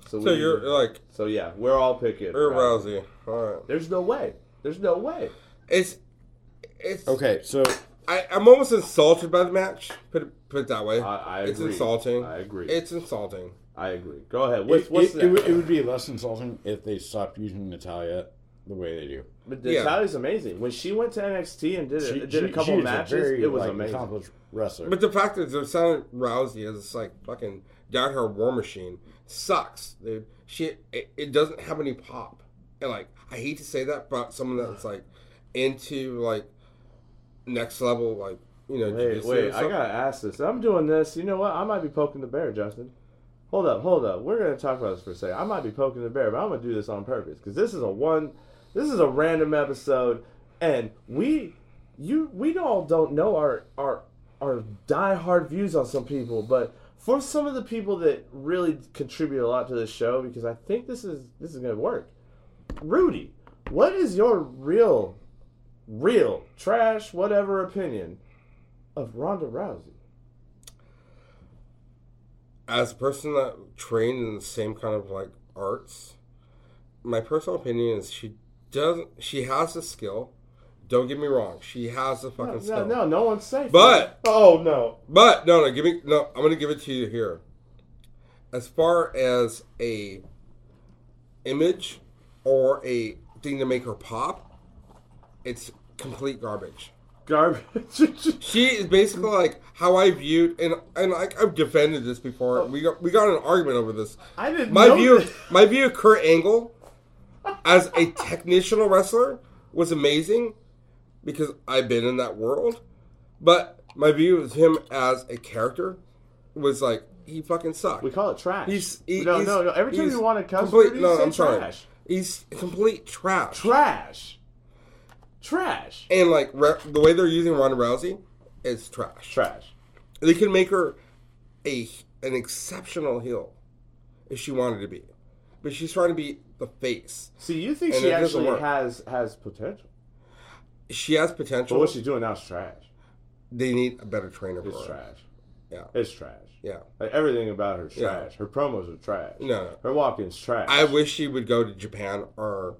So, So we, you're like so yeah, we're all picking. you're Rousey. Rousey. All right. There's no way. There's no way. It's it's okay, so I, I'm almost insulted by the match. Put it, put it that way. I, I it's agree. insulting. I agree. It's insulting. I agree. Go ahead. What's it, what's it, it, would, next? it would be less insulting if they stopped using Natalia the way they do. But Yeah. Natalia's amazing. When she went to NXT and did a, She- did she- a couple she is matches, very, it was like, amazing. Accomplished wrestler. But the fact that they're sounding Rousey is like fucking down her war machine sucks, dude. She it, it doesn't have any pop. And like I hate to say that, but someone that's like into like next level, like you know, Wait, jiu-jitsu or wait. I something. gotta ask this. I'm doing this. You know what? I might be poking the bear, Justin. Hold up, hold up. We're gonna talk about this for a second. I might be poking the bear, but I'm gonna do this on purpose because this is a one. This is a random episode, and we, you, we all don't know our our our diehard views on some people, but for some of the people that really contribute a lot to this show, because I think this is this is gonna work. Rudy, what is your real, real trash whatever opinion of Ronda Rousey? as a person that trained in the same kind of like arts, my personal opinion is she doesn't. She has the skill. Don't get me wrong. She has the fucking No, no, skill. no, no one's safe. But- oh no, But no, no. Give me no. I'm gonna give it to you here. As far as a image or a thing to make her pop, it's complete garbage. garbage. She is basically like how I viewed and and like I've defended this before. We got we got in an argument over this. I didn't My know view that. my view of Kurt Angle as a technitional wrestler was amazing because I've been in that world. But my view of him as a character was like he fucking sucked. We call it trash. He's he, no, he's- no, no. Every time he's you want to cuss, complete- word, you no, say I'm sorry. trash. He's complete trash. Trash. Trash. and like re- the way they're using Ronda Rousey is trash. Trash. They could make her a an exceptional heel if she wanted to be, but she's trying to be the face. See, you think And she it doesn't actually work. has has potential, She has but potential. what she's doing now is trash. they need a better trainer for It's her. trash. Yeah. It's trash. Yeah. Like everything about her is Yeah. trash. Her promos are trash. No. Her walk-ins trash. I wish she would go to Japan or,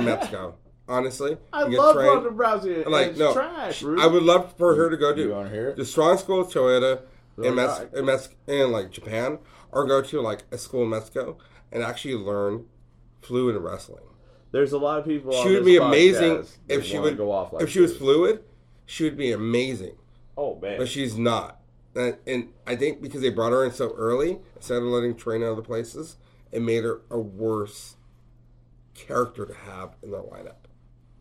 Mexico. Honestly, I and get love trained. Ronda Rousey. and Like it's no, trash. she- Rude. I would love for her to go You to want to hear the it? strong school of Toyota in, Oh, Mex- God. in, Mex- in like Japan, or go to like a school in Mexico and actually learn fluid wrestling. There's a lot of people. on she would this be amazing podcast that if she wanna would go off like if she was this. fluid. She would be amazing, Oh man. but she's not. And, and I think because they brought her in so early, instead of letting her train in other places, it made her a worse character to have in that lineup.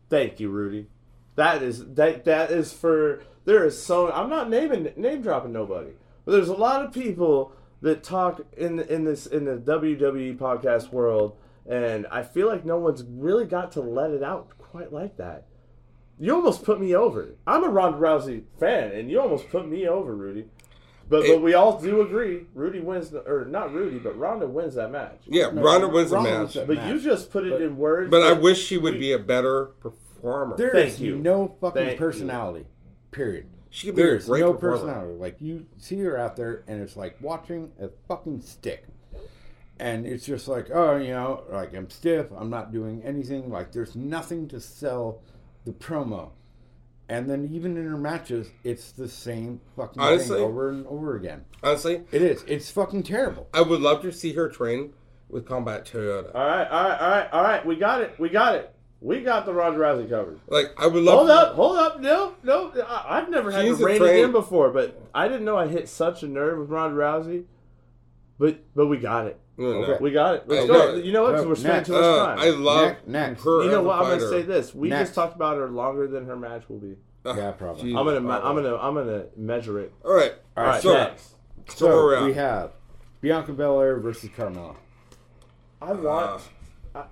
Thank you, Rudy. That is that that is for there is so I'm not naming name dropping nobody, but there's a lot of people that talk in in this in the WWE podcast world, and I feel like no one's really got to let it out quite like that. You almost put me over. I'm a Ronda Rousey fan, and you almost put me over, Rudy. But but It- we all do agree, Rudy wins the, or not Rudy, but Ronda wins that match. Yeah, Ronda wins the Ronda match, wins that But you just put it in words. but I that- wish she would be a better performer. There Thank is you. no fucking Thank you. personality. Period. she could be There a is great no performer. personality. Like you see her out there, and it's like watching a fucking stick. And it's just like, oh, you know, like I'm stiff. I'm not doing anything. Like there's nothing to sell the promo. And then even in her matches, it's the same fucking Honestly- thing over and over again. Honestly, It is. It's fucking terrible. I would love to see her train with Combat Toyota. All right, all right, all right, all right. We got it. We got it. We got the Ronda Rousey covered. Like I would love. Hold up, hold up. No, no. I, I've never had She's to a rein train- it in before, but I didn't know I hit such a nerve with Ronda Rousey. But but we got it. No, no. Okay. We got it. Let's I go. know. You know what? 'Cause Oh, We're spending next. too much Uh, time. I love Next- next. her. you know what? As I'm a gonna say this. We Next. just talked about her longer than her match will be. Yeah, probably. I'm gonna me- I'm gonna I'm gonna measure it. All right. All right, So, next. so where we're at. we have Bianca Belair versus Carmella. I want. I-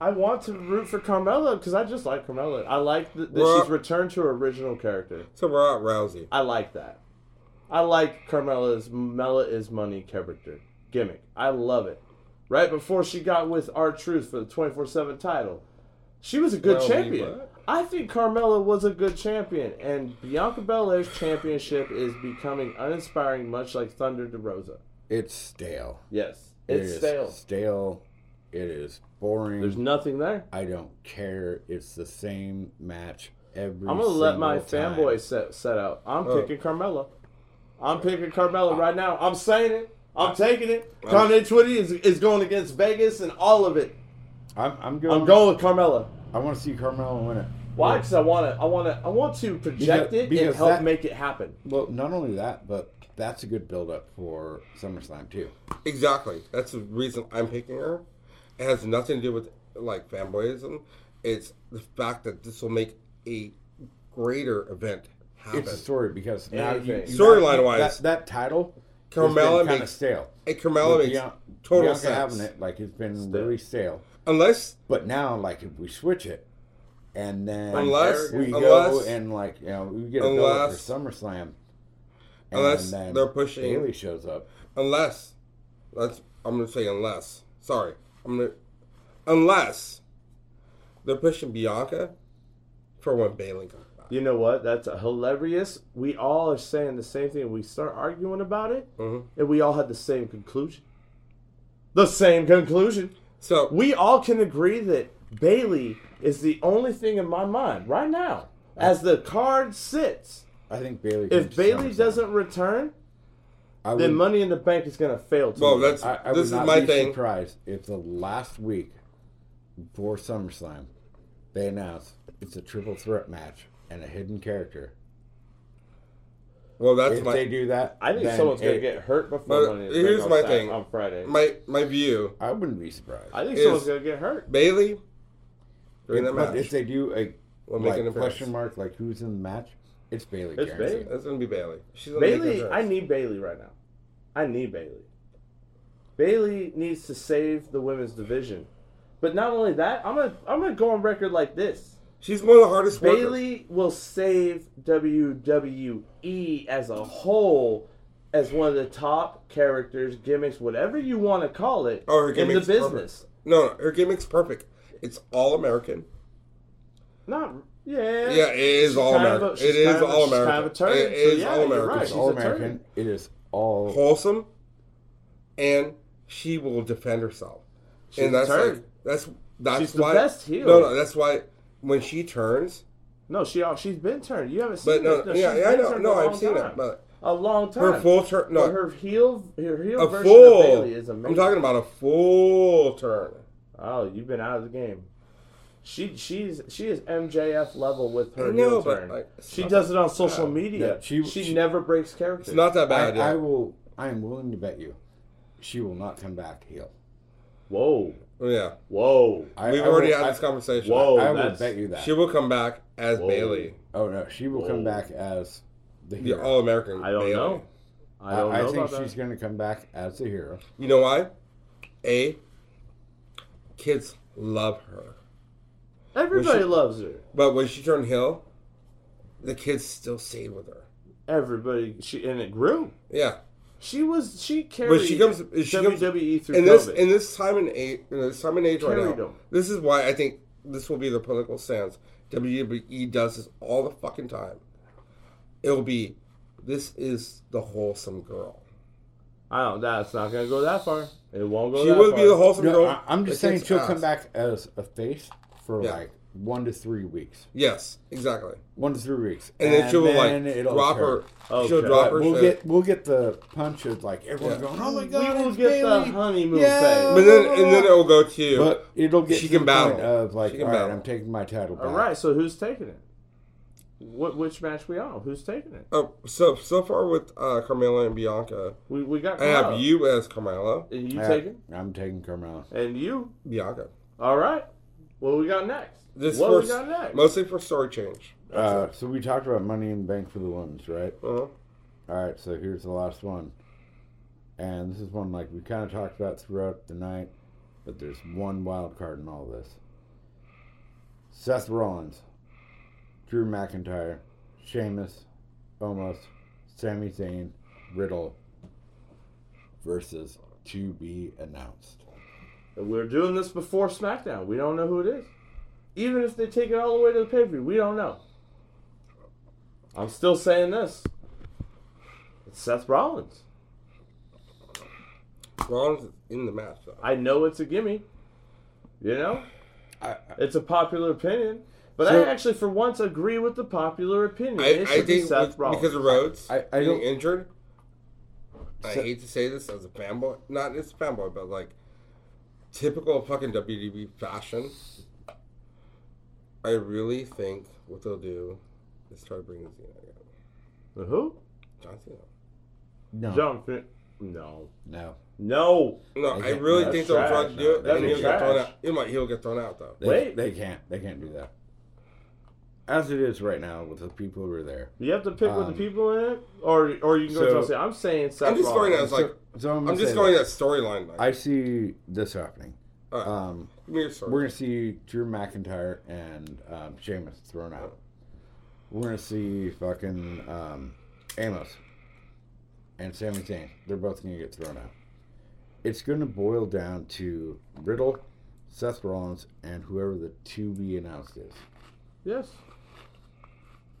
I want to root for Carmella because I just like Carmella. I like th- that Well- she's returned to her original character. so we're at Rousey. I like that. I like Carmella's Mela is money character gimmick. I love it. Right before she got with our Truth for the twenty four seven title, she was a good Well, we champion. were. I think Carmella was a good champion, and Bianca Belair's championship is becoming uninspiring, much like Thunder De Rosa. It's stale. Yes, It it's is stale. Stale. It is boring. There's nothing there. I don't care. It's the same match every. I'm gonna let my single fanboy time. set set out. I'm Oh. picking Carmella. I'm picking Carmella right now. I'm saying it. I'm taking it. Kanye Twitty is, is going against Vegas and all of it. I'm, I'm going. I'm going with Carmella. I want to see Carmelo win it. Why? Because I want to. I want to. I want to project it Because- and because help that- make it happen. Well, not only that, but that's a good build up for SummerSlam too. Exactly. That's the reason I'm picking her. It has nothing to do with like fanboyism. It's the fact that this will make a greater event happen. It's a story because now you, Anything. you- Storyline that- wise. that, that title Carmella kind of makes- stale. and Carmella With makes Bian- total Bianca sense. having it like it's been really stale. Unless But now, like if we switch it, and then Unless- we go unless- and like you know we get a build up for unless- SummerSlam, and unless they're pushing- Bailey shows up. unless that's I'm gonna say unless. Sorry. I'm gonna unless they're pushing Bianca for when Bailey comes back. You know what? That's a hilarious. We all are saying the same thing. We start arguing about it, Mm-hmm. Mhm. and we all had the same conclusion. The same conclusion. So we all can agree that Bailey is the only thing in my mind right now. As the card sits, I think Bailey. comes if to Bailey SummerSlam. doesn't return, I then would, Money in the Bank is going to fail. To Well, me. that's I, I this would is not my be thing. surprised if the last week before SummerSlam they announce it's a triple threat match and a hidden character. Well, that's if my they do that, I think then someone's gonna it- get hurt before But Money in the here's Bank on my Sat- thing. on Friday. my my view. I wouldn't be surprised. I think is- someone's gonna get hurt. Bailey during If, that but if match, they do a will make like, an impression. question mark, like who's in the match, it's Bailey. It's guaranteed. Bayley. That's gonna be Bailey. She's gonna make an Bailey, I appearance. need Bailey right now. I need Bailey. Bailey needs to save the women's division. But not only that, I'm gonna I'm gonna go on record like this. She's one of the hardest workers. Bailey will save WWE as a whole as one of the top characters, gimmicks, whatever you want to call it, Oh, her in the gimmick's business. No, no, her gimmick's perfect. It's all American. Not yeah. Yeah, it is She's all kind of a- American. she's It is kind of a- all she's kind of a American. turd, It so is yeah, all you're American. right. It's She's all a turd. American. It is all. Wholesome, and she will defend herself. She's and that's turned. like, that's that's She's the why best heel. No, no, that's why when she turns, No, she she's been turned. You haven't but seen no, it. No, yeah, she's yeah, I been know, turned no, a long I've seen time. it, but a long time. her full turn, But no, her heel, her heel a version full. of Bailey is amazing. I'm talking about a full turn. Oh, you've been out of the game. She she's she is MJF level with her I know, heel but, turn. like, it's she not does it on social media. Yeah, she, she- she she- never breaks character. It's not that I, bad. yeah. I will. I am willing to bet you, she will not come back heel. whoa, Oh, yeah, whoa, I, we've I already will, had I- this conversation. whoa. I will that's- bet you that. She will come back as Whoa. Bailey, oh no, she will Whoa. come back as the the hero. All American. I don't know. I don't I, I know think about she's that. going to come back as the hero. You know why? A. Kids love her, Everybody she- loves her. but when she turned heel, the kids still stayed with her. Everybody she and it grew. Yeah, She was she carried but she comes. She comes WWE through in COVID. this in this time and age. In this time and age right now, Carried them. this is why I think this will be the political stance WWE does this all the fucking time. It'll be, this is the wholesome girl. I don't. That's not gonna go that far. It won't go. she that will far. be the wholesome No, girl. I, am just that saying kicks she'll come ass. back as a face for Yeah. like one to three weeks. Yes, exactly. One to three weeks, And, then she'll like it'll drop turn. her. Okay. She'll drop But her. we'll shit. get we'll get the punch of like everyone Yeah. going, oh my We god, will it's get the Bayley." honeymoon Yeah, phase. But then, and then it'll go to you. but it'll get She to can the point battle. of like, She all can battle. I'm taking my title back. All right. So who's taking it? What which match we on? Who's taking it? oh, so so far with uh, Carmela and Bianca, We we got. I have Carmella. you as Carmela, And you I- taking? I'm taking Carmella. And you. Bianca. All right. What we got next? This what first, we got next? mostly for story change. Uh, so we talked about Money in the Bank for the women's, right? Uh-huh. All right, so here's the last one. And this is one like we kind of talked about throughout the night, but there's one wild card in all this. Seth Rollins, Drew McIntyre, Sheamus, Omos, Sami Zayn, Riddle versus to be announced. We're doing this before SmackDown. We don't know who it is. Even if they take it all the way to the pay per view, we don't know. I'm still saying this. It's Seth Rollins. Rollins is in the match though. I know it's a gimme. You know? I, It's a popular opinion. But So- I actually, for once, agree with the popular opinion. I, it I should be think Seth with- Rollins. because of Rhodes I- I being don't- injured. I So- hate to say this as a fanboy, not as a fanboy, but like typical fucking WWE fashion. I really think what they'll do is try to bring Cena again. who? John Cena. no, John Fin- No. no. No. No, They I get- really that's think they'll try trash. to do it, That'd and be he'll get thrown trash. out. He might, he'll get thrown out though. They, Wait. they can't. They can't do that. As it is right now with the people who are there. You have to pick with the Um, people in it, or or you can go so- to John Cena. I'm saying Seth I'm just Rollins. going as like so I'm, I'm, gonna just say going this. that storyline. Like, I see this happening. All right, Um, give me your story. we're going to see Drew McIntyre and um, Sheamus thrown out. We're going to see fucking um, Amos and Sami Zayn. They're both going to get thrown out. It's going to boil down to Riddle, Seth Rollins, and whoever the to be announced is. Yes.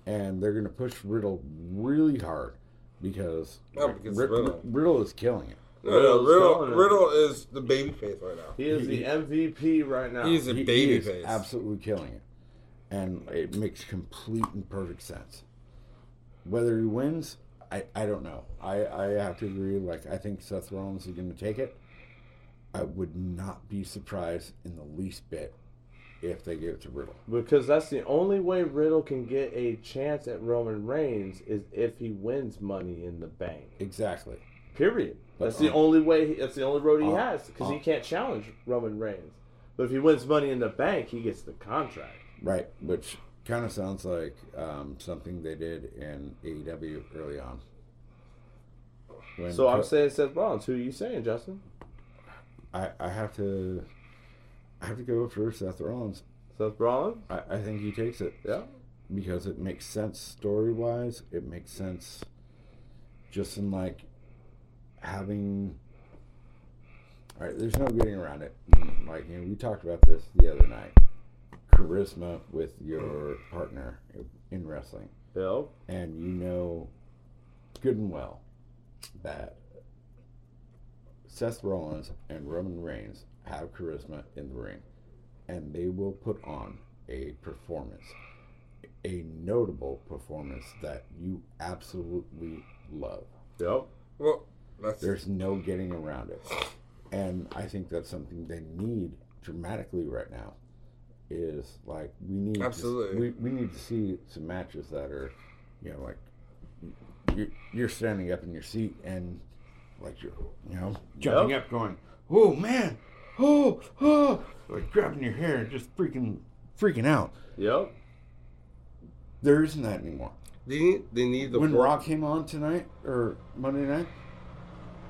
And they're going to push Riddle really hard because, Oh, because Rid- Riddle. Riddle is killing it. no, no, Riddle's Riddle, going in. Riddle is the baby face right now. He is the MVP right now. He's a He- he baby is face. Absolutely killing it. And it makes complete and perfect sense. Whether he wins, I, I don't know. I, I have to agree. Like, I think Seth Rollins is going to take it. I would not be surprised in the least bit if they give it to Riddle. Because that's the only way Riddle can get a chance at Roman Reigns is if he wins Money in the Bank. Exactly. Period. But that's the on- only way. That's the only road he on- has because he on- can't challenge Roman Reigns. But if he wins Money in the Bank, he gets the contract. Right, which kind of sounds like um, something they did in AEW early on. When So I'm Co- saying Seth Rollins. Who are you saying, Justin? I, I have to, I have to go for Seth Rollins. Seth Rollins. I, I think he takes it Yeah. because it makes sense story wise. It makes sense, just in like having. All right, there's no getting around it. Like you know, we talked about this the other night. Charisma with your partner in wrestling. Yeah. and you know good and well that Seth Rollins and Roman Reigns have charisma in the ring, and they will put on a performance, a notable performance that you absolutely love. Yep. Well, that's There's no getting around it. And I think that's something they need dramatically right now. Is like we need Absolutely. To, we, we need to see some matches that are, you know, like you're, you're standing up in your seat and like you're you know jumping up going, oh man, oh oh, like grabbing your hair and just freaking freaking out. Yep. There isn't that anymore they need they need the when four- Raw came on tonight or Monday night,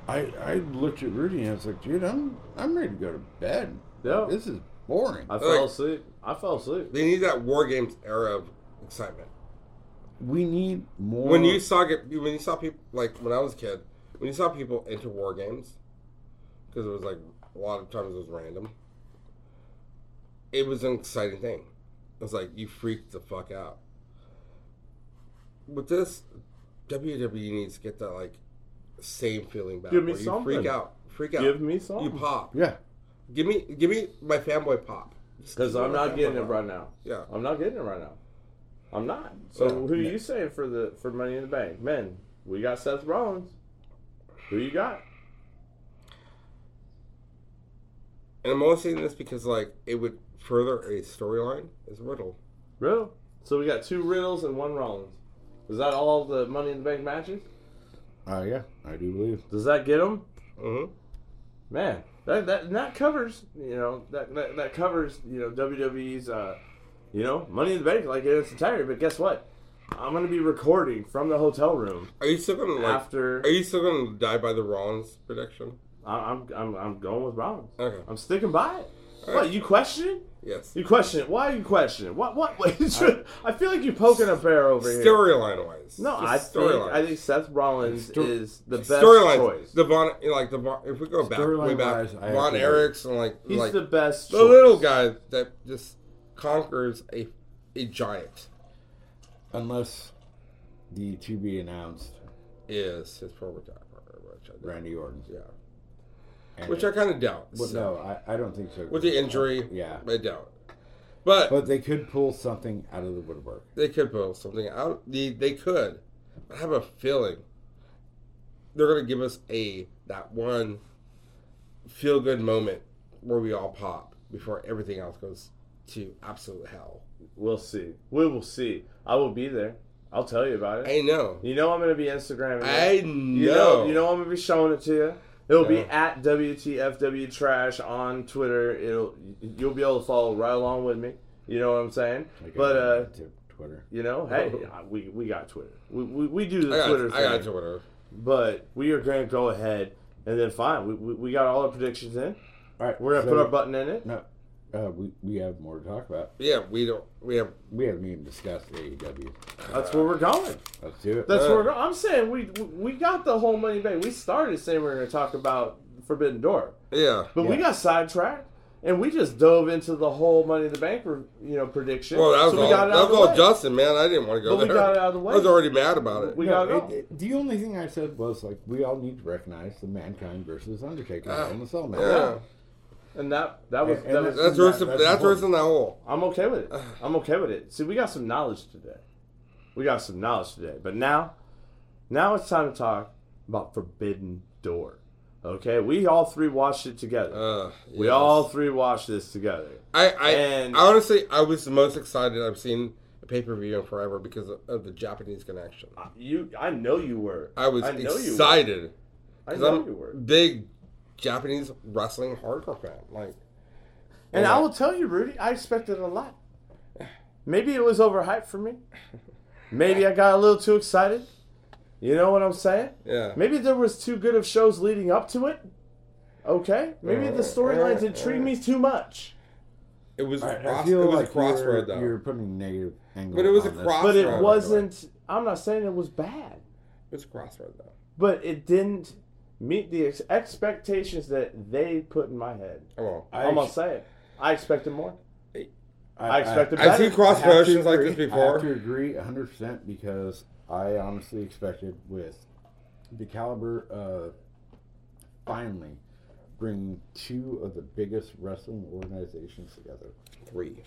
I I looked at Rudy and I was like, dude, I'm I'm ready to go to bed. Yeah. This is boring. I Like- fell asleep. I fell asleep. They need that War Games era of excitement. we need more. When Mm. you saw get when you saw people like when I was a kid, when you saw people into War Games, because it was like a lot of times it was random. It was an exciting thing. It was like you freaked the fuck out. With this, WWE needs to get that like same feeling back. Give me where you something. freak out, freak out. Give me you some. pop. yeah, Give me, give me my fanboy pop. Just Because give me I'm my not fanboy getting it pop. right now. Yeah. I'm not getting it right now. I'm not. So Yeah. who do you say for the for Money in the Bank? Men, we got Seth Rollins. Who you got? And I'm only saying this because like it would further a storyline is Riddle. Riddle. So we got two Riddles and one Rollins. Is that all the Money in the Bank matches? oh yeah, I do believe. Does that get them? Mm-hmm. Man, that that and that covers you know that that, that covers you know WWE's uh, you know Money in the Bank like in its entirety. But guess what? I'm gonna be recording from the hotel room Are you still gonna like? after Are you still gonna die by the Rollins prediction? I, I'm I'm I'm going with Rollins. Okay. I'm sticking by it. All What right. you question? it? Yes. You question it. Why are you questioning? it? What? What? What? is your- I feel like you're poking a bear over here. Storyline wise. No, I think I think Seth Rollins Sto- is the best storyline. choice. The Von, like the Von, if we go back, way back, Storyline-wise, I have Von to- Erichs and like He's like the the, best. choice. little guy that just conquers a a giant Unless the to be announced is his former guy partner, which I think- Randy Orton, yeah, And- which I kind of doubt. Well, no, I, I don't think so. with the injury, yeah, I doubt. But but they could pull something out of the woodwork. They could pull something out. They, they could. I have a feeling they're going to give us a that one feel good moment where we all pop before everything else goes to absolute hell. We'll see. We will see. I will be there. I'll tell you about it. I know. You know I'm gonna be Instagramming. it. I You know. know, you know, I'm gonna be showing it to you. It'll be Yeah. at WTFW Trash on Twitter. It'll you'll be able to follow right along with me. You know what I'm saying? Like but uh, to Twitter, you know, hey, I- we we got Twitter. We we, we do the Oh. I got Twitter I got thing. Twitter. But we are gonna go ahead and then fine. We, we, we got all our predictions in. all right, We're gonna so- put our button in it. No, uh, we we have more to talk about. Yeah, we don't. We have. We haven't even discussed E AEW. That's where we're going. Let's do it. That's Uh, where we're going. I'm saying we we got the whole money bag. We started saying we are gonna talk about Forbidden Door. Yeah. But we Yeah. got sidetracked, and we just dove into the whole Money in the Bank, re- you know, prediction. Well, that was so we all. got it That out was of all the way. Justin, man. I didn't want to go But we there. got it out of the way. I was already mad about it. We No, got it. all. it- it- the only thing I said was like we all need to recognize the mankind versus Undertaker Ah, on the cell match. yeah. And that that was And- that and was. That's that- worse. Than, that's that's worse important. than that hole. I'm okay with it. I'm okay with it. See, we got some knowledge today. We got some knowledge today. But now, now it's time to talk about Forbidden Door. Okay, we all three watched it together. Uh, we yes. all three watched this together. I, I, and- I honestly, I was the most excited I've seen a pay per view in forever because of, of the Japanese connection. You, I know you were. I was I know you. excited Were. I because know I'm you were. big Japanese wrestling hardcore fan. Like, And Yeah. I will tell you, Rudy, I expected a lot. Maybe it was overhyped for me. Maybe I got a little too excited. You know what I'm saying? yeah, Maybe there was too good of shows leading up to it. Okay, maybe the storylines intrigued me too much. it was a I, I cross, it feel was like you're, a crossroad though. you're putting negative angle. But it was a on this. cross- But it Right. wasn't. I'm not saying it was bad, It was a crossroad though. but it didn't meet the ex- expectations that they put in my head. Oh, well, I I'm gonna ex- say it. I expected more. I expected I've better. seen cross I have to promotions like this agree- I have to before. agree 100 percent because I honestly expected with the caliber of finally bringing two of the biggest wrestling organizations together, Three.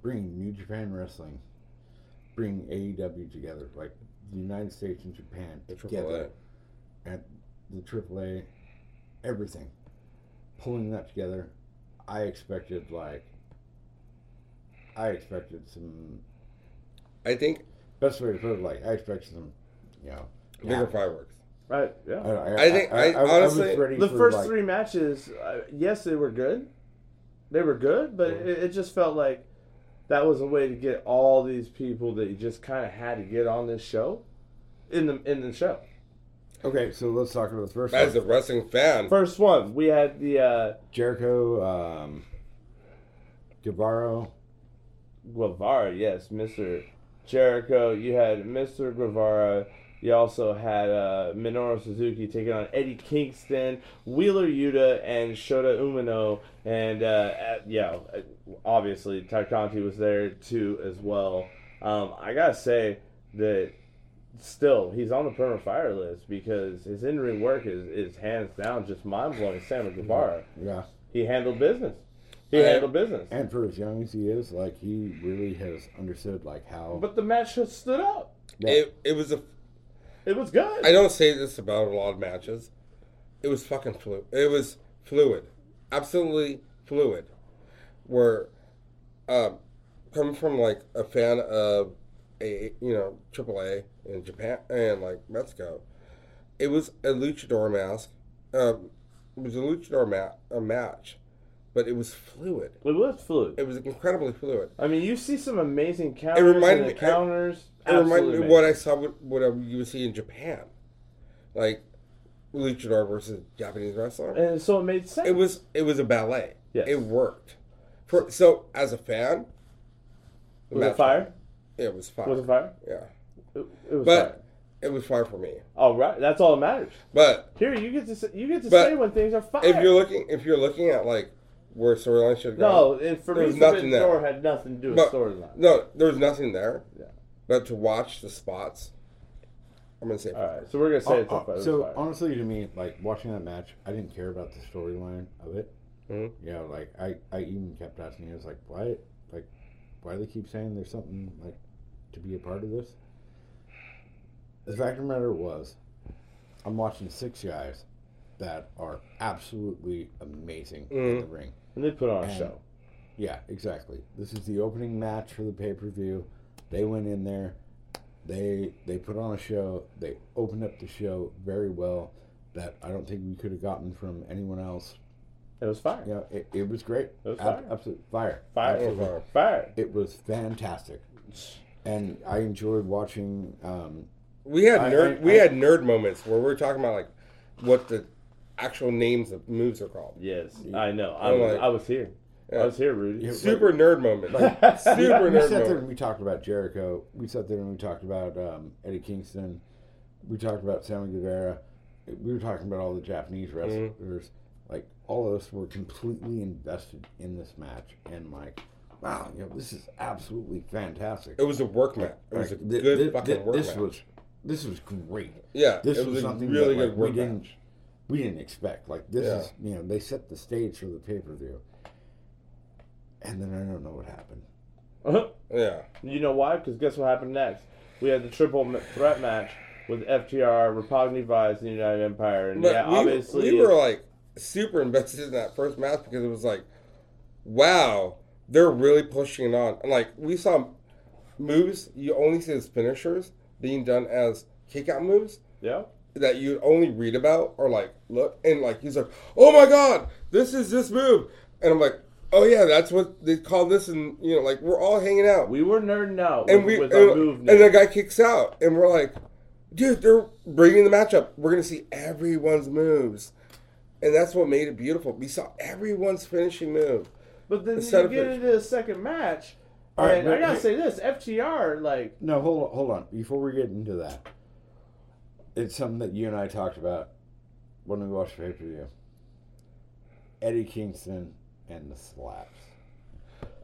bringing New Japan Wrestling, bringing AEW together, like the United States and Japan together, Triple and the AAA, everything, pulling that together. I expected like. I expected some A. I think best way to put it, like I expected some, you know. bigger fireworks. Right? Yeah. I, I think- I- honestly, ready The for, first like- three matches, uh, yes, they were good. They were good, but it, it just felt like that was a way to get all these people that you just kind of had to get on this show, in the in the show. Okay, so let's talk about the first As one. a wrestling fan, First one, we had the uh, Jericho, um, Guevara, Guevara. Yes, Mister Jericho. You had Mister Guevara. You also had uh, Minoru Suzuki taking on Eddie Kingston, Wheeler Yuta, and Shota Umino. And, uh, uh, yeah, uh, obviously, Takanti was there too as well. Um, I got to say that still, he's on the permanent fire list because his in ring work is, is hands down just mind blowing. Sammy Guevara. yeah, He handled business. He I- handled business. and for as young as he is, like he really has understood like how. But the match just stood up. yeah, it, it was a. It was good. I don't say this about a lot of matches. It was fucking fluid. It was fluid, absolutely fluid. Where, um, coming from like a fan of a you know AAA in Japan and like Mexico, it was a luchador mask. Um, it was a luchador ma- a match, but it was fluid. It was fluid. It was incredibly fluid. I mean, you see some amazing counters. reminded and the me- counters. It reminded me absolutely of what amazing. I saw with what I, you would see in Japan, like luchador versus Japanese wrestler. And so it made sense. It was it was a ballet. Yes. It worked. For so as a fan, the was it match- fire? Yeah, it was fire. Was it fire? Yeah, It, it was but fire. it was fire for me. All right, that's all that matters. But Here, you get to say, you get to But say when things are fire. if you're looking if you're looking at like where storyline should go, no, and for There me, was Forbidden nothing there. Door had nothing to do with But- storyline. no, there was nothing there. Yeah. But to watch the spots, I'm gonna say All right, so we're gonna say Uh, it's on uh, fire. It was so fire. honestly, to me, like watching that match, I didn't care about the storyline of it. Mhm. Mm-hmm. You know, like I, I even kept asking, I was like, why, like, why do they keep saying there's something like to be a part of this? The fact of the matter was, I'm watching six guys that are absolutely amazing Mm-hmm. in the ring. and they put on a and- show. Yeah, exactly. This is the opening match for the pay per view. They went in there. They they put on a show. They opened up the show very well. That I don't think we could have gotten from anyone else. It was fire. You know, it, it was great. It was fire. absolute fire. Fire. Absolute fire. Fire. It was fantastic, and I enjoyed watching. Um, we had I- nerd I- we I- had nerd moments where we were talking about like what the actual names of moves are called. Yes, I know. I I'm was, like- I was here. I Yeah. was here, Rudy. Yeah. Super nerd moments. Super we nerd sat there moments. and we talked about Jericho. We sat there and we talked about um, Eddie Kingston. We talked about Sammy Guevara. We were talking about all the Japanese Mm-hmm. wrestlers. Like all of us were completely invested in this match, and like, wow, you know, this is absolutely fantastic. It was a work match. It was a Like, thi- good thi- fucking thi- work this match. was this was great. yeah, This it was, something really that, like, good work we didn't match. we didn't expect. Like this Yeah. is you know they set the stage for the pay per view, and then I don't know what happened. Yeah. You know why? Because guess what happened next? We had the triple m- threat match with FTR, Repugnant Vice, and United Empire. And But yeah, we, obviously. we were like super invested in that first match because it was like, wow, they're really pushing it on. And like we saw moves you only see as finishers being done as kick out moves yeah. that you only read about or like look and like he's like, oh my god, this is this move, and I'm like, oh yeah, that's what they call this, and you know like we're all hanging out We were nerding out and with, we uh, with and, our move and name. the guy kicks out, and we're like, dude, they're bringing the matchup. We're gonna see everyone's moves, and that's what made it beautiful. We saw everyone's finishing move. But then instead you of get it- into the second match. All right, and I but- gotta say this, FTR, like No, hold on, hold on. Before we get into that, it's something that you and I talked about when we watched pay per view. Eddie Kingston and the slaps.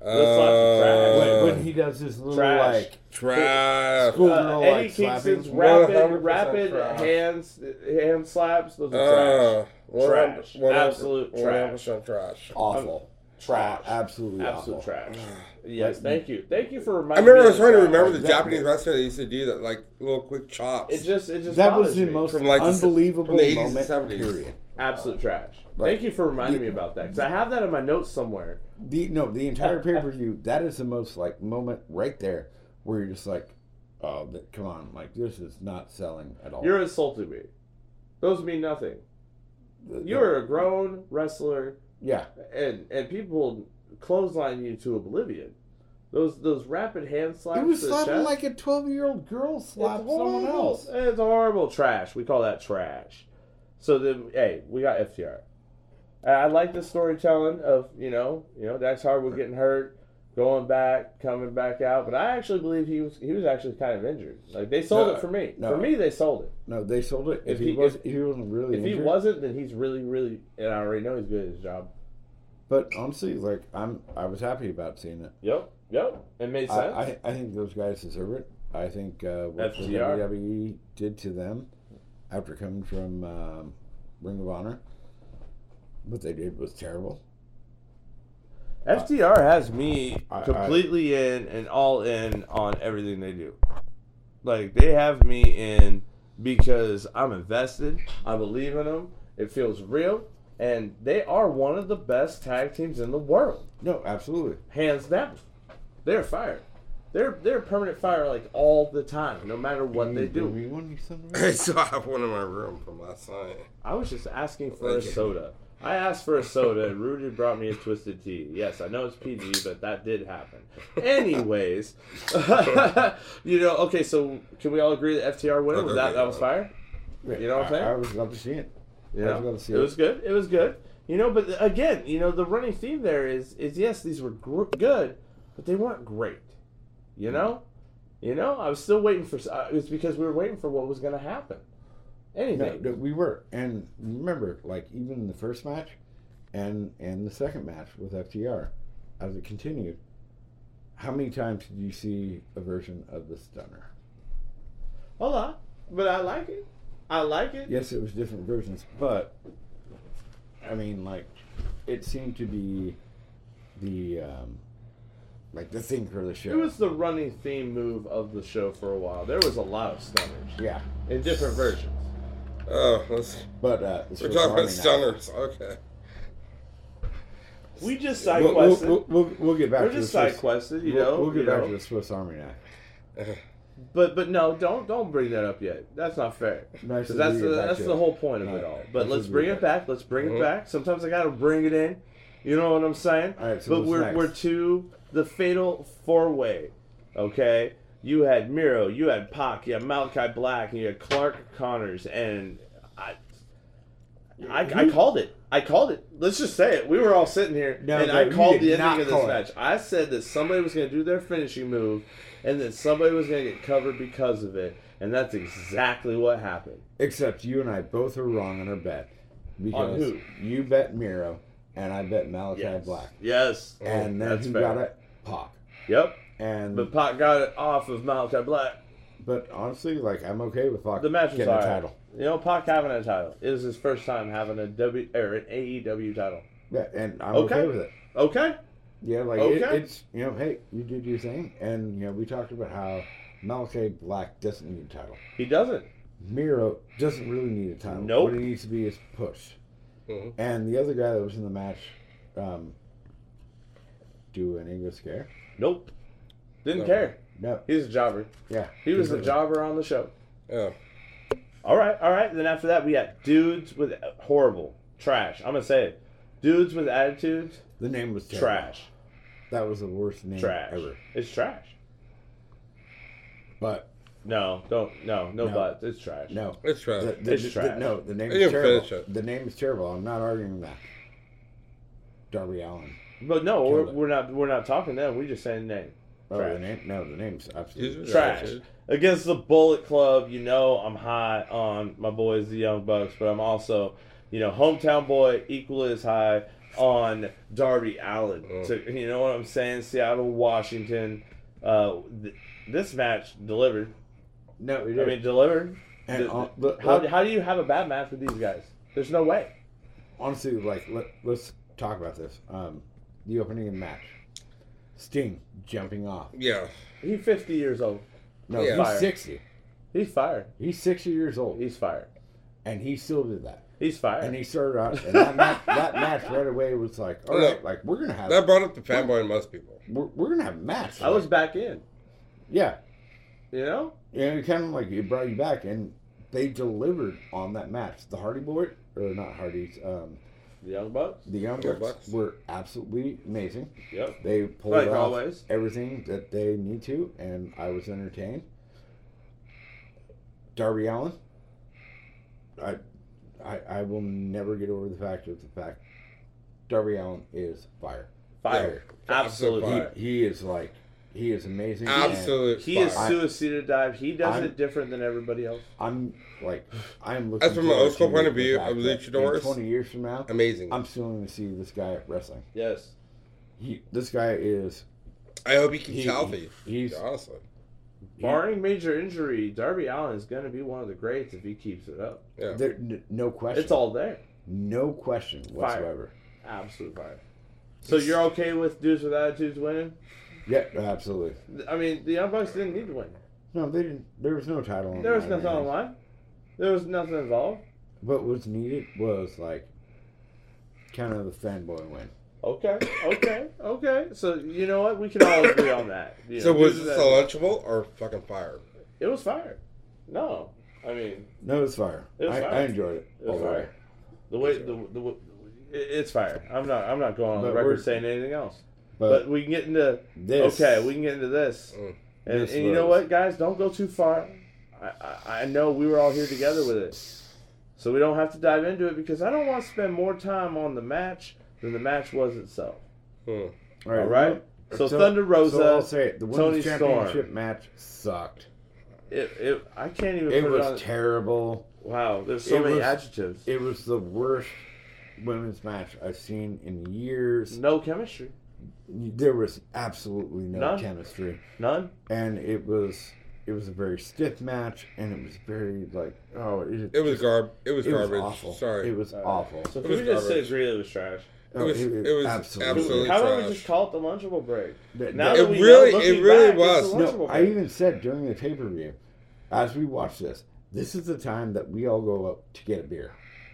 Uh, when, Uh, when he does his little trash. like trash. school uh, girl Eddie Oh, like slapping. Kingston's rapid 100% rapid trash. hands hand slaps, those are Uh, trash. one hundred- Trash. one hundred- Absolute one hundred percent trash. awful, Trash. absolutely Absolute awful. trash. Yes, thank you. Thank you for Uh, I reminding remember I me was of trying to trash. remember the That- Japanese wrestler that used to do that, like little quick chops. It just it just That was bothers the me. most From, like, the s- unbelievable from the 80s and moment. 70s. Period. absolute trash. Right. Thank you for reminding me about that because I have that in my notes somewhere. The no, the entire pay per view. That is the most like moment right there where you're just like, oh, th- come on, like this is not selling at all. You're insulting me. Those mean nothing. The- the- You're a grown wrestler yeah. and and people clothesline you to oblivion. Those those rapid hand slaps. He was to the slapping chest, like a 12 year old girl slapped someone else. It's horrible trash. We call that trash. So then, hey, we got FTR. And I like the storytelling of you know you know Dax Harwood getting hurt, going back, coming back out. But I actually believe he was he was actually kind of injured. Like they sold No, it for me. no. For me, they sold it. No, they sold it. If, If he, he- was, if- if he wasn't really If he injured. wasn't, then he's really really and I already know he's good at his job. But honestly, like I'm, I was happy about seeing it. Yep, yep. It made I, sense. I, I think those guys deserve it. I think uh, what the FTR. WWE did to them after coming from um, Ring of Honor, what they did was terrible. FTR has me I- I- completely in and all in on everything they do. Like they have me in because I'm invested. I believe in them. It feels real, and they are one of the best tag teams in the world, No, absolutely. hands down. They're fire. They're they're permanent fire like all the time, no matter what they Give do. me one, you son E of a- I still have one in my room from last night. I was just asking for a Thank you. soda. I asked for a soda, and Rudy brought me a twisted tea. Yes, I know it's PG, but that did happen. Anyways, you know, okay, so can we all agree that FTR winner was that? That was fire. You know what I'm saying? I, I was about to see it. You I know, was about to see it was good. It was good. You know, but again, you know, the running theme there is is yes, these were gr- good, but they weren't great. You know, you know, I was still waiting for. s- Uh, it was because we were waiting for what was going to happen. No, Anything. no, we were, and remember, like even the first match, and and the second match with FTR, as it continued, how many times did you see a version of the stunner? Hold on, but I like it. I like it. Yes, it was different versions, but I mean, like it seemed to be the um, like the thing for the show. It was the running theme move of the show for a while. There was a lot of stunners yeah, in different versions. Oh, let's, but uh, the we're Swiss talking Army about knife- stunners. Okay. We just side We'll, we'll, quested. we'll, we'll, we'll get back We're to just the side Swiss, quested, you we'll- know. We'll, get you back know. to the Swiss Army knife. But but no, don't don't bring that up yet. That's not fair. 'Cause that's the, that's the whole point of it all. But That's let's what we bring it did. back. Let's bring Uh-huh. it Mhm. back. Sometimes I gotta bring it in. You know what I'm saying? All right, so but what's we're next? we're to the fatal four way. Okay, you had Miro, you had Pac, you had Malachi Black, and you had Clark Connors, and I I, I called it. I called it. Let's just say it. We were all sitting here, No, and no, I you called did the not ending of this call it. match. I said that somebody was going to do their finishing move, and that somebody was going to get covered because of it, and that's exactly what happened. Except you and I both are wrong on our bet. Because who? You bet Miro, and I bet Malachi Yes. Black. Yes. And then That's who fair. got it? Pop. Yep. And But but, Pac got it off of Malachi Black. honestly, like I'm okay with Pac The match was getting all the right. title. You know, Pac having a title. It was his first time having a E W or an AEW title. Yeah, and I'm Okay. okay, with it. Okay. Yeah, like it- Okay. it's you know, hey, you did your thing, and you know, we talked about how Malachi Black doesn't need a title. He doesn't. Miro doesn't really need a title. Nope. What he needs to be is pushed. Mhm. And the other guy that was in the match, um, do an English scare? Nope. Didn't No. care. No. He's a jobber. Yeah. He was the jobber on the show. Yeah. All right, all right. Then after that, we got dudes with horrible trash. I'm gonna say it. Dudes with attitudes, The name was terrible. trash, That was the worst name trash. ever. It's trash. But No, don't. No, no, No. buts. It's trash. no. It's trash. The- the- It's the- trash. no, the name They is didn't terrible. finish it. The name is terrible. I'm not arguing that. Darby Allen. But no, Killed we're, it. we're not. We're not talking them. We're just saying name. Oh, Trash. the name? No, the name's absolutely He's- trash. Trash. Against the Bullet Club, you know I'm high on my boys, the Young Bucks, but I'm also, you know, hometown boy equally as high on Darby Allen. Mm. So, you know what I'm saying? Seattle, Washington. Uh, th- this match delivered. No, it I mean, delivered. and the- on, look, How, look, how do you have a bad match with these guys? There's no way. honestly, like let, let's talk about this. Um, the opening of the match, Sting jumping off. Yeah. He's 50 years old. No, Yeah. he's Fire. sixty. He's fired. He's sixty years old, He's fired. and he still did that. He's fired. And he started out, and that match, that match right away was like, all Look, right, like we're gonna have That brought up the fanboy in most people. we're, we're gonna have a match. I was Like, back in. yeah, You know? yeah. It kind of like it brought you back, and they delivered on that match. The Hardy Boy or not Hardy's, um, The Young Bucks. the Young Young Bucks Bucks. were absolutely amazing. Yep. They pulled Like off always. everything that they need to, and I was entertained. Darby Allen, I, I, I will never get over the fact of the fact Darby Allen is fire. Fire. Yeah. Absolute Absolute He, fire. he is like, he is amazing. and Absolute. He fire. is suicidal dive. He does I'm- it different than everybody else. I'm like, I'm looking. As from an old forward school to point of the view, fact I'm that luchadors. in Twenty years from now, amazing. I'm still going to see this guy wrestling. Yes. He, this guy is. I hope he keeps He, healthy. he's Honestly, Barring major injury, Darby Allen is going to be one of the greats if he keeps it up. yeah. there, n- no question. It's all there. No question whatsoever. Absolute fire. So you're okay with dudes with attitudes winning? Yeah, absolutely. I mean, the Young Bucks didn't need to win. No, they didn't. There was no title. on There was line nothing or on anything. the line. There was nothing involved. What was needed was like kind of the fanboy win. Okay, okay, okay. So you know what? We can all agree on that. You So know, was dudes this with a attitudes- lunchable or fucking fire? It was fire. No, I mean No, it's fire. It was I, fire. I enjoyed it. It was all the way. fire. the way the, the, the it- it's fire. I'm not I'm not going on the But record we're- saying anything else. But, But we can get into this. Okay, we can get into this. Mm. And, This and you know was- what, guys? Don't go too far. I, I, I know we were all here together with it. So we don't have to dive into it because I don't want to spend more time on the match than the match was itself. Hmm. All All right? So, Thunder So I'll Rosa, say it. The women's uh, Tony championship Storm. match sucked. it, it, I can't even It put it on. was terrible. wow, there's so it many was- adjectives. It was the worst women's match I've seen in years. no chemistry. There was absolutely no None. chemistry. None. and it was it was a very stiff match, and it was very like oh it, It was garb. It was it was garbage. awful. Sorry. it was All right. awful. So can was we just garbage. agree it was trash? Oh, was- it was absolutely- How about we trash. just call it the Lunchable break? That- Now that- that It we really- know, it looking really back, it's was. the no, Lunchable I break. even said during the pay per view, as we watched this, this is the time that we all go up to get a beer.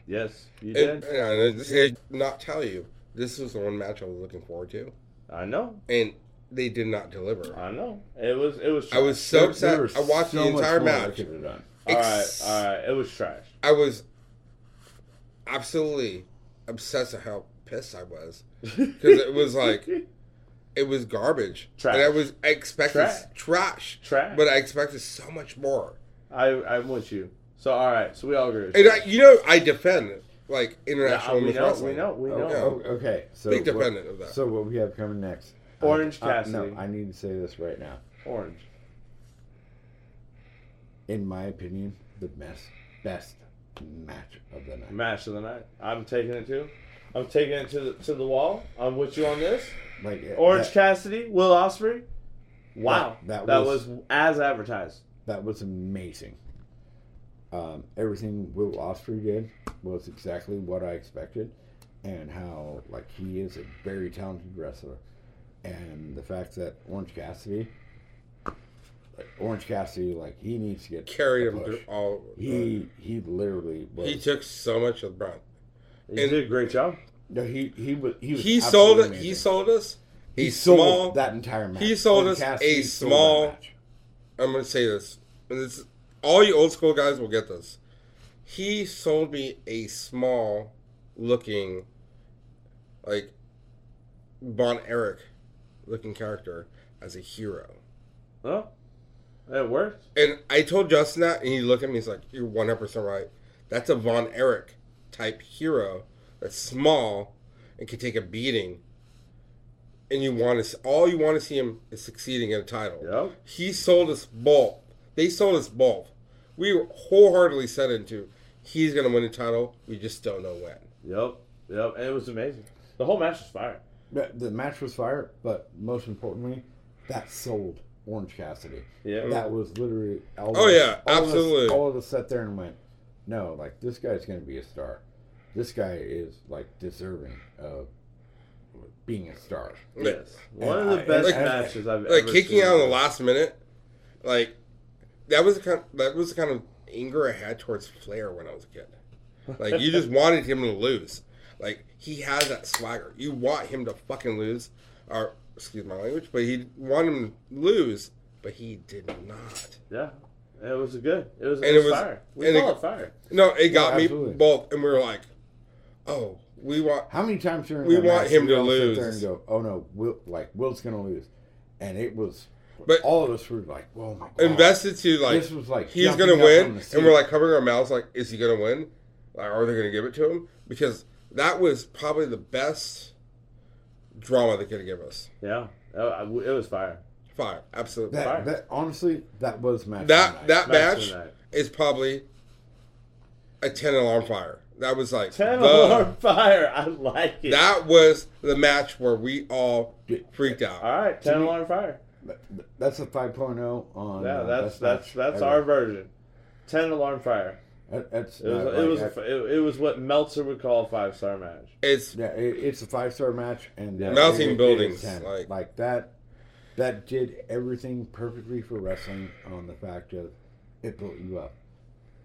Yes, you It, did. yeah, and it- it not tell you. This was the one match I was looking forward to, I know. and they did not deliver. I know. It was. It was. I Trash. was so There- upset. there was I watched so the much more entire they match. could have done. All right. Ex- All right. It was trash. I was absolutely obsessed with how pissed I was because it was like it was garbage. Trash. And I was I expected s- trash. Trash. But I expected so much more. I I'm with you. So all right. So we all agree. And I, you know, I defend like Yeah, international we women's know. wrestling. We know. We know. Oh, oh, okay, so Big what- defendant of that. So what we have coming next? I- Orange I- Cassidy. no, I need to say this right now. Orange. In my opinion, the best best match of the night. Match of the night. I'm taking it too. I'm taking it to the to the wall. I'm with you on this. Like it- Orange that- Cassidy, Will Osprey. Wow, that, That- that was, was- as advertised. That was amazing. Um, everything Will Ospreay did was exactly what I expected, and how like he is a very talented wrestler, and the fact that Orange Cassidy Like Orange Cassidy, like he needs to get Carried a him push. through all. Oh, He he literally was. he took so much of the brunt. He And- did a great job. no, he he was. He, was He sold it. absolutely He amazing. sold us. He He's sold small. that entire match. he sold Orange us a Cassidy sold that small- match. I'm gonna say this. And it's, all you old school guys will get this. He sold me a small looking, like Bon Eric looking character as a hero. Well, it worked. And I told Justin that, and he looked at me. He's like, "You're 100 percent right. That's a Von Erich type hero that's small and can take a beating. And you want to all you want to see him is succeeding in a title. Yep. He sold us bulk. They sold us bulk. We were wholeheartedly set into he's going to win the title. We just don't know when. Yep. Yep. And it was amazing. The whole match was fire. The- The match was fire, but most importantly, that sold Orange Cassidy. Yeah. That was literally. All of Oh, us- yeah, all of us- absolutely. all of us sat there and went, "No, like this guy's going to be a star. This guy is like deserving of being a star." Yes. Yeah. One of the And I- best like- matches I've like ever kicking seen. out in the last minute, like that was the kind that was the kind of anger I had towards Flair when I was a kid. Like you just wanted him to lose. Like he has that swagger. You want him to fucking lose, or excuse my language, but he wanted him to lose, but he did not. Yeah. It was good. It was, And it was it was- fire. We and it- call it fire. No, it got me absolutely. both, and we were like, "Oh, we want." How many times during We that want match him did to we all sit there lose. and go, "Oh no, Will, like Will's going to lose," and it was. But- all of us were like, "Oh my god!" Invested to like this was like he's jumping gonna up on win, the seat. and we're like covering our mouths, like, is he gonna win? Like, are they gonna give it to him? Because that was probably the best drama they could have given us. Yeah. It it was fire. Fire, absolutely. That Fire. that, that, honestly, that was match. of the that, night. Match of match the night. is probably a ten alarm fire. That was like 10 the- alarm fire. I like it. That was the match where we all freaked out. All right. 10 me- alarm fire. Th- That's a 5.0 on. Yeah. uh, That's best that's match that's ever. our version. 10 alarm fire. That- That's It was not it like was I- a, it, it was what Meltzer would call a five star match. It's yeah, it, it's a five star match and uh, Mounting it- it is buildings, 10. like- that. That did everything perfectly for wrestling on the fact of it built you up,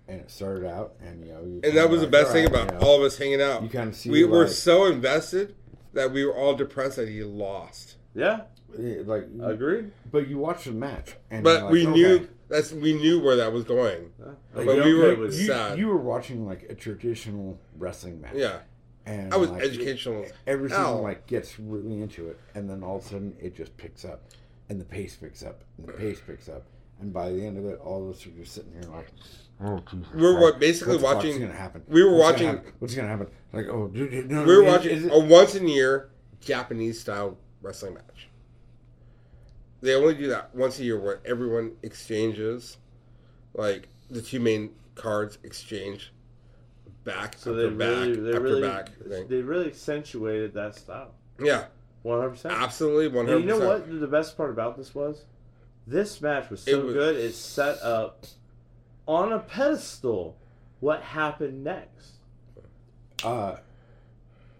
and it started out and you know. You and that was the best thing about all. all of us hanging out. You kind of see we were like, so invested that we were all depressed that he lost. Yeah. eh, like, you- Agreed. but you watched the match, and But you're like, we okay. knew that's we knew where that was going. Like, you But we know, were- it was- you, sad. you were watching like a traditional wrestling match. Yeah, and I was like, it- educational. as everything hell. like gets really into it and then all of a sudden it just picks up and the pace picks up and the pace picks up and by the end of it all of us are just sitting here like oh Jesus We were Christ, basically what the fuck's watching- gonna happen we were What's gonna watching- happen? what's gonna happen like oh dude, dude, no, we were is- watching is it- a once in a year Japanese style wrestling match. They only do that once a year where everyone exchanges, like the two main cards exchange back So after they really, back they after really, back. thing. they really accentuated that style. Yeah, One hundred percent. absolutely one And hundred. you know what? The best part about this was, this match was so It was- good. It set up on a pedestal what happened next. oh uh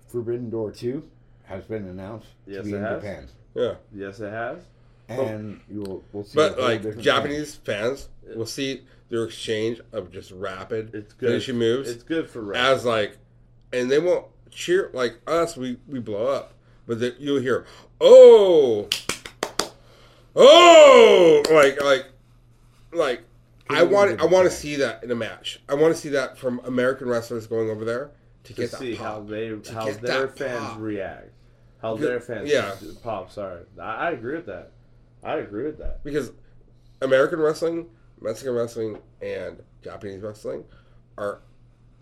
forbidden door 2 has been announced Yes, to be it in has. Oh. japan Yeah, Yes, it has. and you will we'll see a but whole like different Japanese fans will see their exchange of just rapid It's good. finishing moves. It's good for rap. as like, and they won't cheer like us. We we blow up, but that you'll hear, oh, oh, like like like. I want I want to see that in a match. I want to see that from American wrestlers going over there to, to get that see pop. how they to how get their that fans pop. react, how Because- their fans yeah. pop. Sorry, I, I agree with that. I agree with that. because American wrestling, Mexican wrestling, and Japanese wrestling are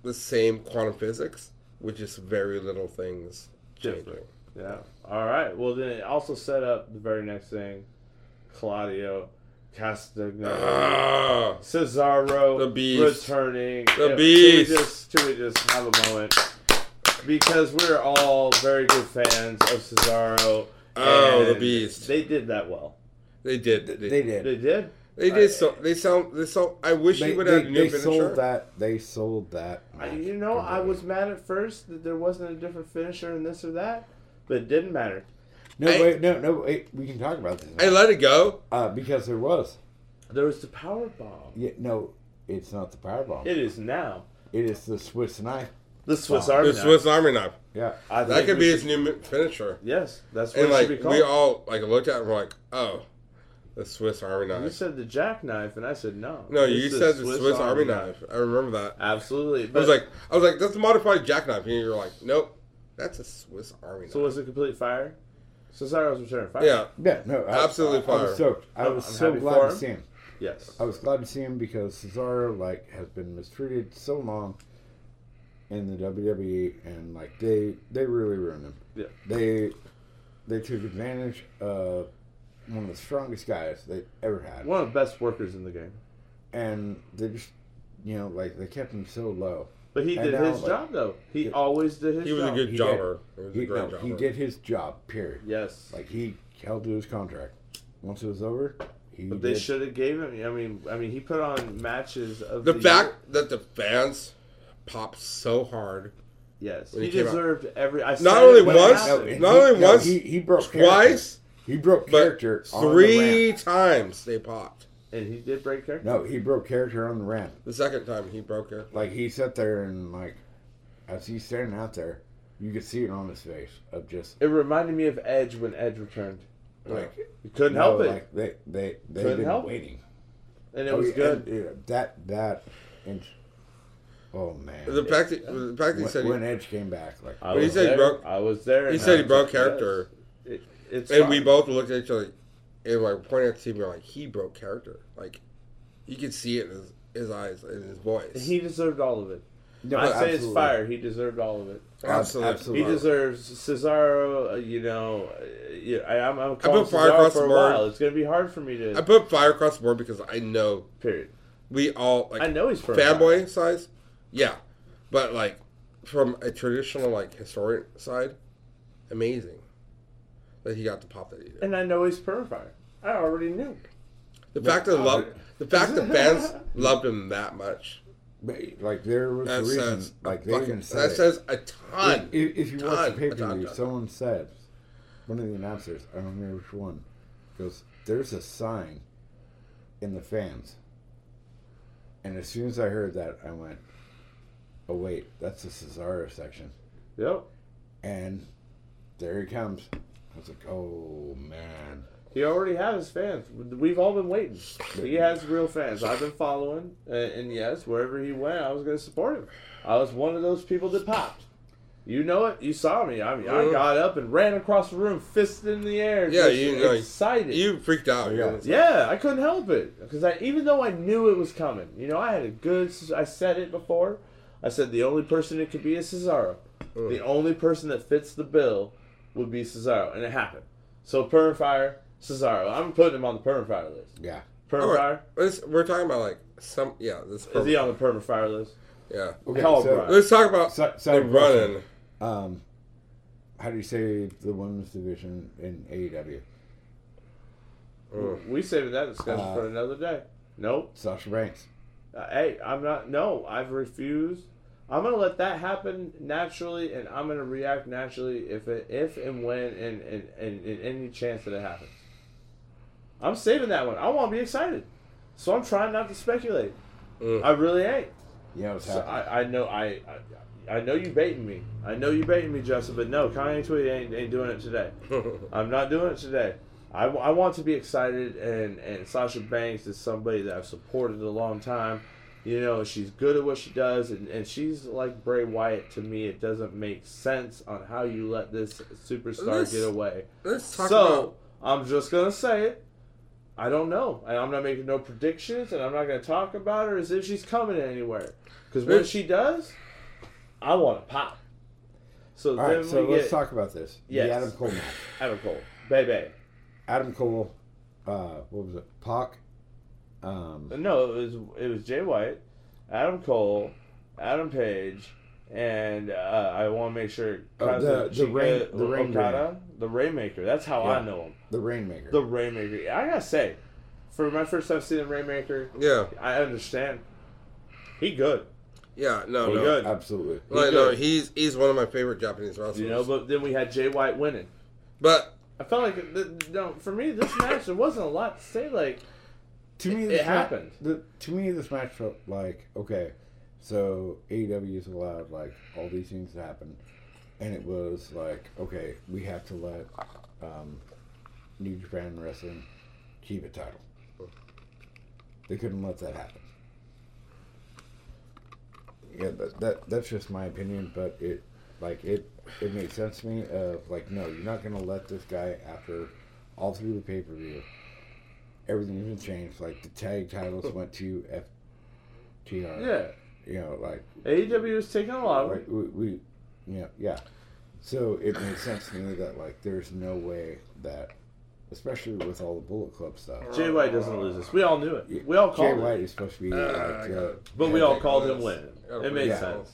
the same quantum physics with just very little things changing. Different. Yeah. All right. Well, then it also set up the very next thing, Claudio Castagnoli. Ah. Cesaro The Beast. returning. The Yeah, Beast. Can we, just, can we just have a moment? Because we're all very good fans of Cesaro. Oh, the and Beast. They did that well. They did. They thing. did. they They, did They did. did. So they sound. They sound. I wish they, you would they- have a they new sold finisher. that they sold that I, match you know, I completely. was mad at first that there wasn't a different finisher and this or that, but it didn't matter. No, I- wait, no, no, wait. We can talk about this I let it go. uh, because there was There was the power bomb. Yeah, no, it's not the power bomb. It is now it is the Swiss knife. the Swiss Wow. Army The knife. Swiss Army knife. Yeah, I That think could we be should- his new mi- finisher. yes. That's what And it like should be called. we all like looked at it and were like, oh, the Swiss Army you knife. said the jackknife, and I said no. No, It's you said the Swiss, Army knife. I remember that. Absolutely. I But, was like, I was like, that's a modified jackknife, and you're like, nope, that's a Swiss Army knife. so was it complete fire? Cesaro's return of fire. yeah, yeah, no, I, Absolutely I, I fire. was stoked. I I'm- was I'm so happy glad for to him. see him. Yes. I was glad to see him because Cesaro like has been mistreated so long in the WWE, and like they they really ruined him. Yeah. They they took advantage of one of the strongest guys they ever had, One of the best workers in the game. and they just you know like they kept him so low. But he And did now, his like- job though. He Yeah. always did his he was a job. good He did. jobber. He was a He, great no, jobber. he did his job. Period. Yes. Like he held to his contract. Once it was over, he but they did- should have gave him I mean I mean he put on matches of The the fact that the fans popped so hard year. Yes. when He, he came out- deserved every I Not only when it No, once, happened. and not only once, he, he broke character. twice, He broke but character on the ramp. three times they popped. and he did break character. No, he broke character on the ramp. The second time he broke it. Like he sat there and like, as he's standing out there, you could see it on his face of just It reminded me of Edge when Edge returned. like You couldn't no, help it. Like they they they've Couldn't been help it. waiting. and it Oh, was yeah, good. and, yeah, that that and oh man, The fact that, the fact that he when, said when he, Edge came back, like I But he was said he there. broke- I was there. he and said I he was broke like, yes. character, It, it's and fine. we both looked at each other and like pointed at him, like he broke character. Like you could see it in his, his eyes and his voice. He deserved all of it. no, I say it's absolutely. fire. He deserved all of it. absolutely, absolutely. He deserves Cesaro. uh, You know, uh, yeah, I, I'm, I'm calling put fire Cesaro across for a the board. while. It's gonna be hard for me to. I put fire across the board because I know period. we all like I know he's for a while. fanboy size, yeah, but like from a traditional like historian side, amazing that he got to pop that either. and I know he's purifier. I already knew. The fact that love, the fact that fans loved him that much, But, like there was a that reason, says like a they fucking, even said that it. says a if, ton. if if you watch Ton. the pay per Ton, view, ton. someone said, one of the announcers, I don't remember which one, goes, "There's a sign in the fans." And as soon as I heard that, I went, "Oh wait, that's the Cesaro section." Yep. And there he comes. I was like, "Oh man." He already has his fans. We've all been waiting. He has real fans. I've been following, uh, and yes, wherever he went, I was going to support him. I was one of those people that popped. You know it. You saw me. I mean, I got up and ran across the room, fist in the air. Uh-huh. Yeah, just you know, excited. You freaked out. Yeah. You're yeah, I couldn't help it because I, even though I knew it was coming, you know, I had a good. I said it before. I said the only person it could be is Cesaro. The only person that fits the bill would be Cesaro, and it happened. So Permafire, Cesaro. I'm putting him on the Permafire list. Yeah. All Permafire right. Let's- we're talking about like some. Yeah, this. is he on the Permafire list? Yeah. Okay, Hell, so, bro. Let's talk about so, the so running. Um, how do you say the women's division in E AEW? We saved that discussion Uh, for another day. Nope. Sasha Banks. Uh, hey, I'm not. No, I've refused. I'm gonna let that happen naturally, and I'm gonna react naturally if it, if and when and and, and and any chance that it happens. I'm saving that one. I want to be excited, so I'm trying not to speculate. Mm. I really ain't. Yeah, it was So happening. I, I know I, I I know you baiting me. I know you baiting me, Justin. But no, Kanye Tweet ain't, ain't doing it today. I'm not doing it today. I, w- I want to be excited, and, and Sasha Banks is somebody that I've supported a long time. You know, she's good at what she does, and, and she's like Bray Wyatt to me. It doesn't make sense on how you let this superstar This- get away. Let's talk So, I'm just going to say it. I don't know. And I'm not making no predictions, and I'm not going to talk about her as if she's coming anywhere. Because when This- she does, I want to pop. So All then right, so we let's get talk about this. Yes. The Adam Cole match. Adam Cole, baby. Adam Cole, uh, what was it? Pac. Um, No, it was it was Jay White, Adam Cole, Adam Page, and uh, I want to make sure Oh, the- the Kazuchika Rain- the Rain Okada, the Rainmaker. That's how I Yeah. know him. the Rainmaker. The Rainmaker. I gotta say, for my first time seeing the Rainmaker, about. Yeah. I understand. He good, Yeah. No. He no. good. Absolutely. Like, He no, good. he's he's one of my favorite Japanese wrestlers. you know. But then we had Jay White winning. but I felt like th- th- no, for me this match there wasn't a lot to say. Like to me, It this ma- happened. The, to me, this match felt like okay. So AEW is allowed like all these things to happen, and it was like okay, we have to let um, New Japan Wrestling keep a title. They couldn't let that happen. Yeah, that, that that's just my opinion, but it like it it made sense to me of like no, you're not gonna let this guy after all through the pay per view everything's been changed. Like the tag titles went to FTR. Yeah. Uh-huh. You know, like AEW is taking a lot of like we, we you know, yeah. So it made sense to me that like there's no way that especially with all the bullet club stuff. Jay White doesn't lose this. We all knew Yeah, it. We all Jay called White it. is supposed to be Ah, I like got uh, it. But we yeah, all called him this. winning. Yeah, It made yeah. sense.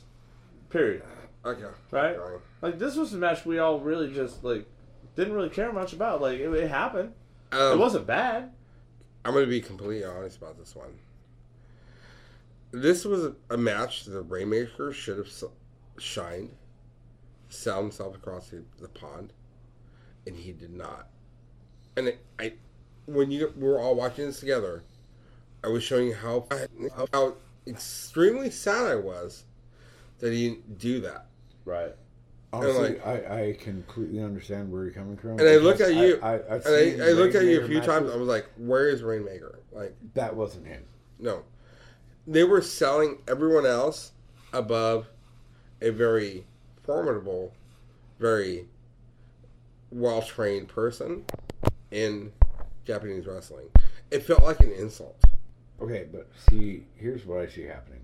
Period. Okay. Right? Right. Like this was a match we all really just like didn't really care much about. Like it, it happened. Um, It wasn't bad. I'm going to be completely honest about this one. This was a match that the Rainmaker should have s- shined, sat himself across the, the pond, and he did not. And it, I, when you we were all watching this together, I was showing you how how extremely sad I was that he didn't do that. Right. honestly, like- Oh, I, I completely understand where you're coming from. And I look because at you, I, I, I've seen And I, I looked at you a Rainmaker few times. I matches. was like, "Where is Rainmaker?" Like. That wasn't him. No. They were selling everyone else above a very formidable, very well trained person in Japanese wrestling. It felt like an insult. Okay, but see, here's what I see happening.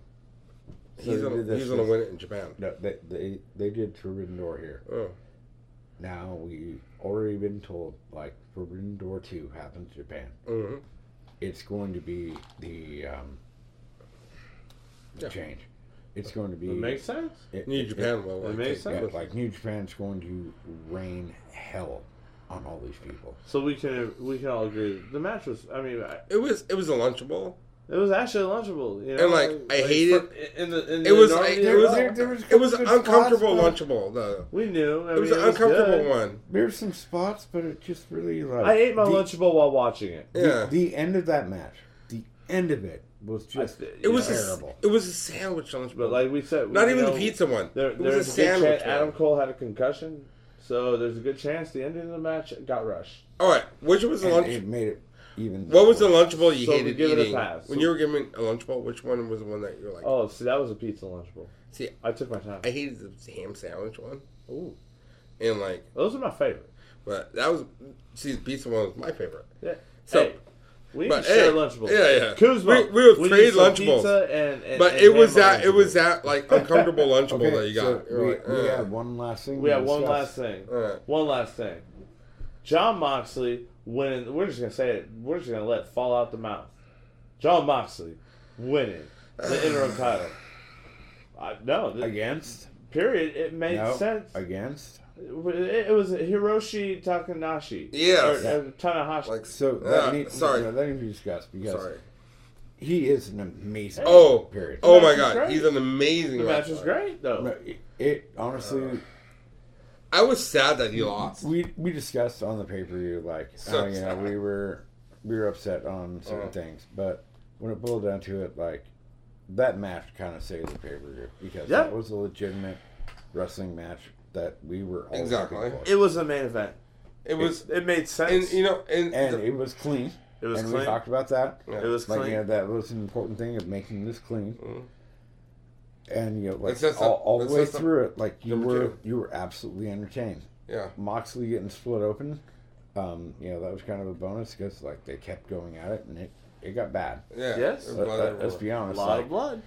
So he's they gonna, did this he's gonna with- win it in Japan. No, they, they they did Forbidden Door here. Oh, Now we've already been told like Forbidden Door Two happens in Japan. hmm It's going to be the um, the Yeah. change. It's going to be It makes sense. it- New it- Japan will. It like, makes it- yeah, sense. like New Japan's going to rain hell on all these people. So we can we can all agree the match was. I mean, I- It was it was a lunchable. it was actually lunchable. You know? And, like, I hated- for- in the, in It the was enormity of it was it all. was it was good an uncomfortable spots, lunchable though. we knew. I It was mean, an uncomfortable good. one. but There's some spots, but it just really like I ate my the- lunchable while watching it. The, Yeah. the end of that match, the end of it was just. I- It was a, s- terrible. it was a sandwich lunchable. But like we said, not you even know, the pizza one. There, it was a there's a, good sandwich. chance one. Adam Cole had a concussion, so there's a good chance the ending of the match got rushed. All right, which was the and lunch? it made it even. What was the lunchable you So we hated give it a eating? pass. When you were giving a lunchable, which one was the one that you were like? Oh, see, that was a pizza lunchable. See, I took my time. I hated the ham sandwich one, Ooh, and like, those are my favorite. but that was see the pizza one was my favorite. Yeah. So, hey, we need but to share hey, lunchables. yeah, yeah. Kuzma, We- we will need trade some Lunchables. Pizza and, and, But and it was ham that it was lunchables. that like uncomfortable lunchable Okay, that you got. so You're we, like, uh. we "Ugh." had one last thing. We to have one discuss. last thing. All right. One last thing. John Moxley winning. We're just gonna say it. We're just gonna let it fall out the mouth. John Moxley winning the interim title. I, no, th- against. period. It made sense. against. It, it was Hiroshi Takanashi. Yes. Or, uh, Tanahashi. Like So that uh, need- sorry, no, that needs to be discussed because sorry. he is an amazing. Oh, period. oh The my match was god, great. he's an amazing. the match was wrestler. great though. No, it, it Uh. honestly, I was sad that he lost. we we discussed on the pay per view like, So oh yeah, sad. we were we were upset on certain Oh. Uh. things, but when it boiled down to it, like that match kind of saved the pay per view because Yeah. that was a legitimate wrestling match that we were all Exactly. looking for. It was a main event. It was, It made and sense. you know, and, and the- it was clean. it was and we clean. talked about that. It was like clean. Mm-hmm. you know that was an important thing of making this clean Mhm. and you know It like all, sets up- all it the way sets up through it like you number were two. you were absolutely entertained yeah. moxley getting split open um you know that was kind of a bonus because like they kept going at it and it it got bad Yeah. Yes. there's Let- let- blood let's everywhere. be a honest lot like, of blood.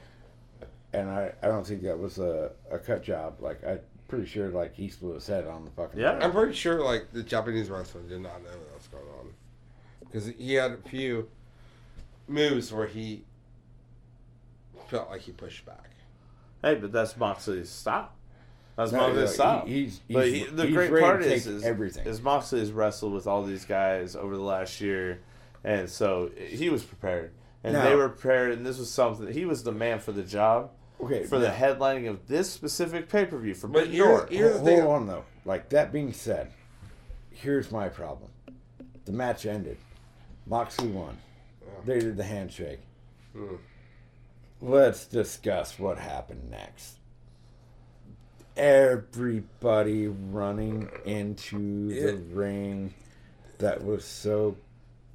and i i don't think that was a, a cut job like i pretty sure like he split his head on the fucking Yeah. ground. I'm pretty sure like the Japanese wrestler did not know what was going on because he had a few moves where he felt like he pushed back. Hey, but that's Moxley's stop. That's No, Moxley's like, stop. he- he's, he's, but he, the he's great ready part to is, take is everything Is Moxley has wrestled with all these guys over the last year, and so he was prepared, and Now- they were prepared, and this was something. He was the man for the job okay for the headlining of this specific pay per view for But Big here- Door. here- Here's the hold, thing- hold on though. Like that being said, here's my problem. The match ended. Moxley won. Uh, They did the handshake. Hmm. Let's discuss what happened next. Everybody running into the ring. That was so.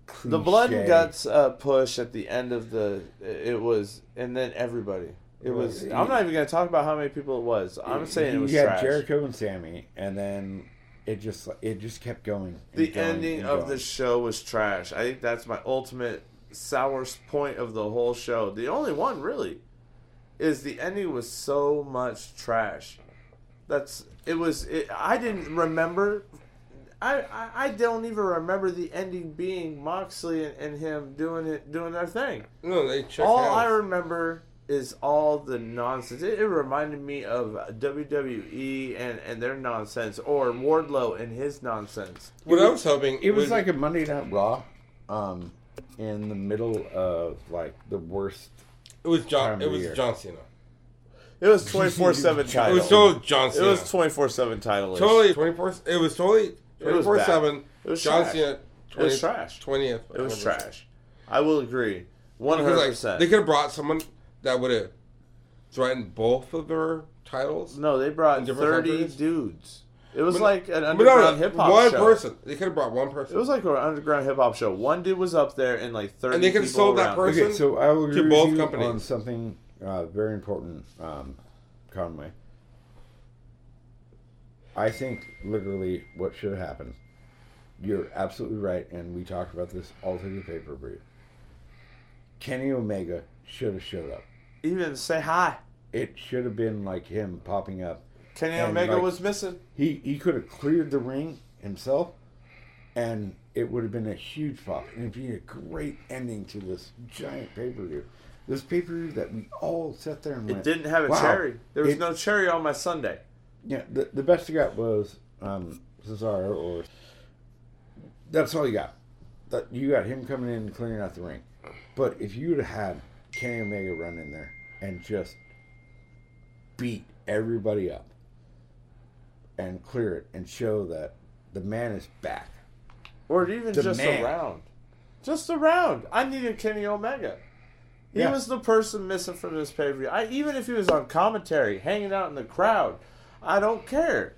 Cliche. The blood and guts uh, push at the end of the it was, and then everybody. It was. I'm not even gonna talk about how many people it was. I'm saying it was you had trash. Jericho and Sammy, and then it just it just kept going. and the going ending and of going. the show was trash. I think that's my ultimate sour point of the whole show. The only one really is the ending was so much trash. That's it was. It, I didn't remember. I, I I don't even remember the ending being Moxley and, and him doing it doing their thing. No, they checked all out. I remember is all the nonsense. It, it reminded me of WWE and, and their nonsense, or Wardlow and his nonsense. what I was hoping It was like a Monday Night Raw, um, in the middle of like the worst. it was time of John. It the was year. John Cena. It was twenty four seven It title. was totally John It Cena. was twenty four seven title. totally twenty four. It was totally twenty was four bad. seven. It was John trash. Cena. It was trash. Twentieth. It was trash. I will agree, one hundred Because like percent. they could have brought someone that would have threatened both of their titles. No, they brought different thirty countries? dudes. It was But- like an But no, no, underground hip hop. One show. person. They could have brought one It person. was like an underground hip hop show. One dude was up there and like thirty. And they could've people sold that around. person. Okay, so I will To agree with both you companies. on something uh, very important, um, Conway. I think literally what should have happened. You're absolutely right, and we talked about this all through the pay per view. Kenny Omega should have showed up. Even say hi. It should have been like him popping up Kenny And, Omega like- was missing. He he could have cleared the ring himself, and it would have been a huge pop, and it'd be a great ending to this giant pay per view. This pay per view that we all sat there and It went, didn't have a "Wow." cherry. There was It- no cherry on my Sunday. Yeah, the, the best you got was um, Cesaro, or that's all you got. That you got him coming in and clearing out the ring. But if you'd have had Kenny Omega run in there and just beat everybody up and clear it and show that the man is back. Or even The just man. a round. Just a round. I needed Kenny Omega. He Yeah. was the person missing from this pay per view. I even if he was on commentary, hanging out in the crowd, I don't care.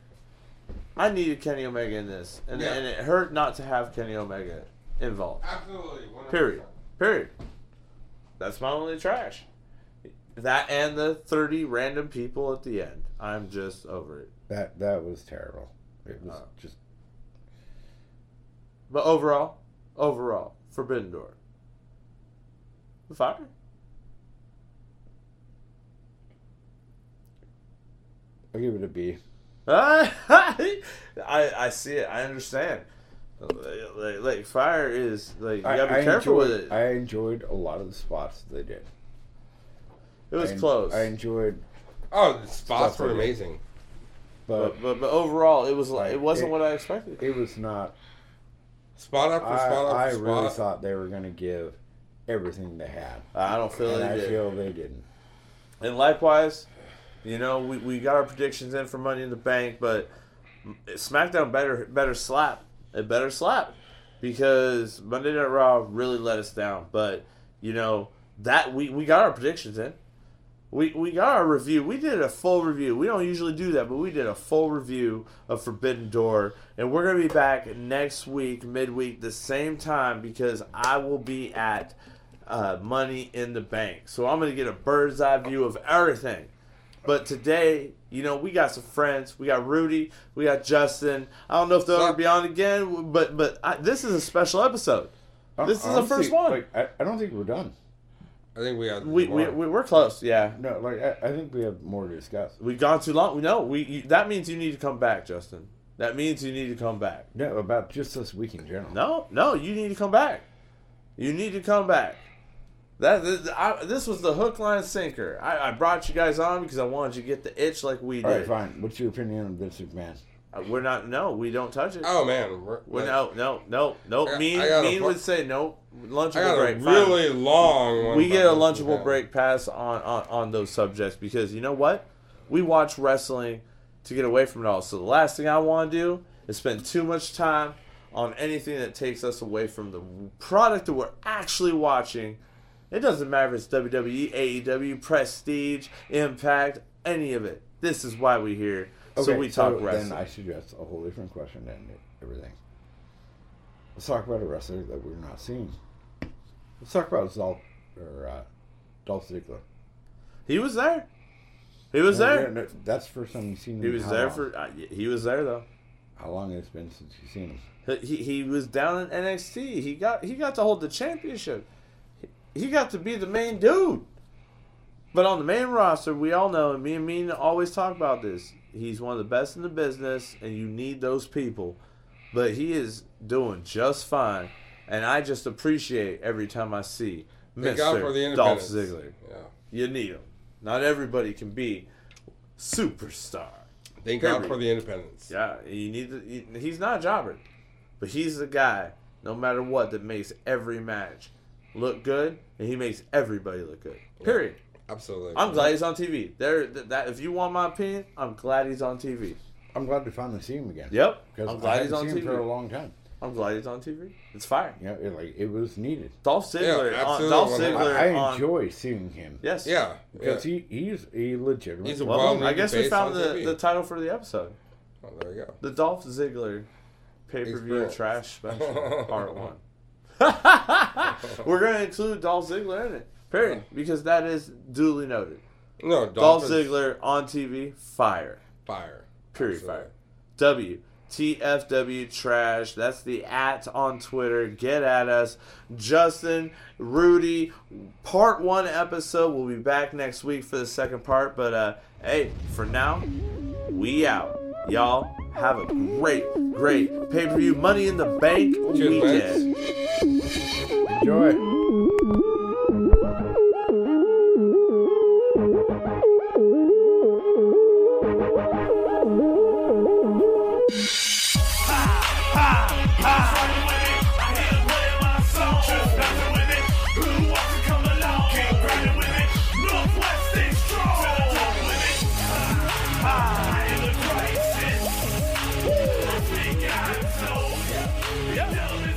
I needed Kenny Omega in this, and, Yeah. and it hurt not to have Kenny Omega involved. Absolutely. 100%. Period. Period. That's my only trash. That and the thirty random people at the end. I'm just over it. That that was terrible. It was Uh, just But overall, overall, Forbidden Door. Fire. I'll give it a B. I I see it. I understand. Like, like- like, fire is like you I- gotta be I careful enjoyed, with it. I enjoyed a lot of the spots they did. it was I en- close, I enjoyed Oh, the spots Stuff were like that. amazing. but but, but but overall, it was like it Right. wasn't It- what I expected. it was not. Spot after I, spot after I spot. really thought they were going to give everything they had, I don't feel and it. I did. feel they didn't. And likewise, you know, we, we got our predictions in for Money in the Bank, but SmackDown better better slap. It better slap because Monday Night Raw really let us down. But you know that we, we got our predictions in. We, we got our review. We did a full review. We don't usually do that, but we did a full review of Forbidden Door. And we're going to be back next week, midweek, the same time, because I will be at uh, Money in the Bank. So I'm going to get a bird's eye view of everything. But today, you know, we got some friends. We got Rudy. We got Justin. I don't know if they'll ever be on again, but but I, this is a special episode. This is the first one. Like, I, I don't think we're done. I think we had. We, we, we, we're close, yeah. No, like I, I think we have more to discuss. We've gone too long. No, we. You, that means you need to come back, Justin. That means you need to come back. No, about just this week in general. No, no, you need to come back. You need to come back. That this, I, this was the hook, line, sinker. I, I brought you guys on because I wanted you to get the itch like we did. All right, fine. What's your opinion on Vince McMahon? Uh, We're not. No, we don't touch it. oh man, we're, We're, like, no, no, no, no. I got- mean, I got a mean fu- would say no. Lunchable I got break. a fine. really long. One we about get a this. lunchable Yeah. break pass on, on on those subjects because you know what we watch wrestling to get away from it all so the last thing i want to do is spend too much time on anything that takes us away from the product that we're actually watching. It doesn't matter if it's E, WWE, AEW, Prestige, Impact, any of it. This is why we're here. so we talk wrestling. Then I suggest a whole different question than everything. Let's talk about a wrestler that we're not seeing. Let's talk about Zol or uh, Dolph Ziggler. he was there. He was No, there. no, no, that's the first time you've seen him. He was how there long? for. Uh, he was there though. how long has it been since you've seen him? He, he was down in NXT. He got he got to hold the championship. He got to be the main dude. But on the main roster, we all know, and me and Mean always talk about this. He's one of the best in the business, and you need those people. But he is doing just fine, and I just appreciate every time I see Thank God for the Mr. Dolph independents. Ziggler. Yeah. You need him. Not everybody can be superstar. Thank God Period. for the independence. Yeah, you need to. he- He's not a jobber, but he's the guy. No matter what, that makes every match look good, and he makes everybody look good. Period. Absolutely. I'm glad he's on TV. There, th- that if you want my opinion, I'm glad he's on TV. I'm glad to finally see him again. Yep, Because I'm I'm glad I glad haven't he's on seen him for a TV. long time. I'm glad he's on TV. It's fire. You know, it, like it was needed. Dolph Ziggler. Yeah, on, absolutely. Dolph I, Ziggler. I on- enjoy seeing him yes. Yeah. because yeah. he, he's a legitimate. He's a Well, Well, I guess we based found on the, TV. the title for the episode: Oh, there you go. the Dolph Ziggler pay-per-view Experience. trash special part one. We're gonna include Dolph Ziggler in it. Period. Because that is duly noted. No, Dolph Dolphins Ziggler on TV, fire. fire. Period Absolutely. fire. W T F W trash. That's the at on Twitter. Get at us. Justin, Rudy, part one episode. We'll be back next week for the second part. But uh hey, for now, we out. Y'all have a great, great pay-per-view money in the bank Cheers, weekend. Max. enjoy. Yeah.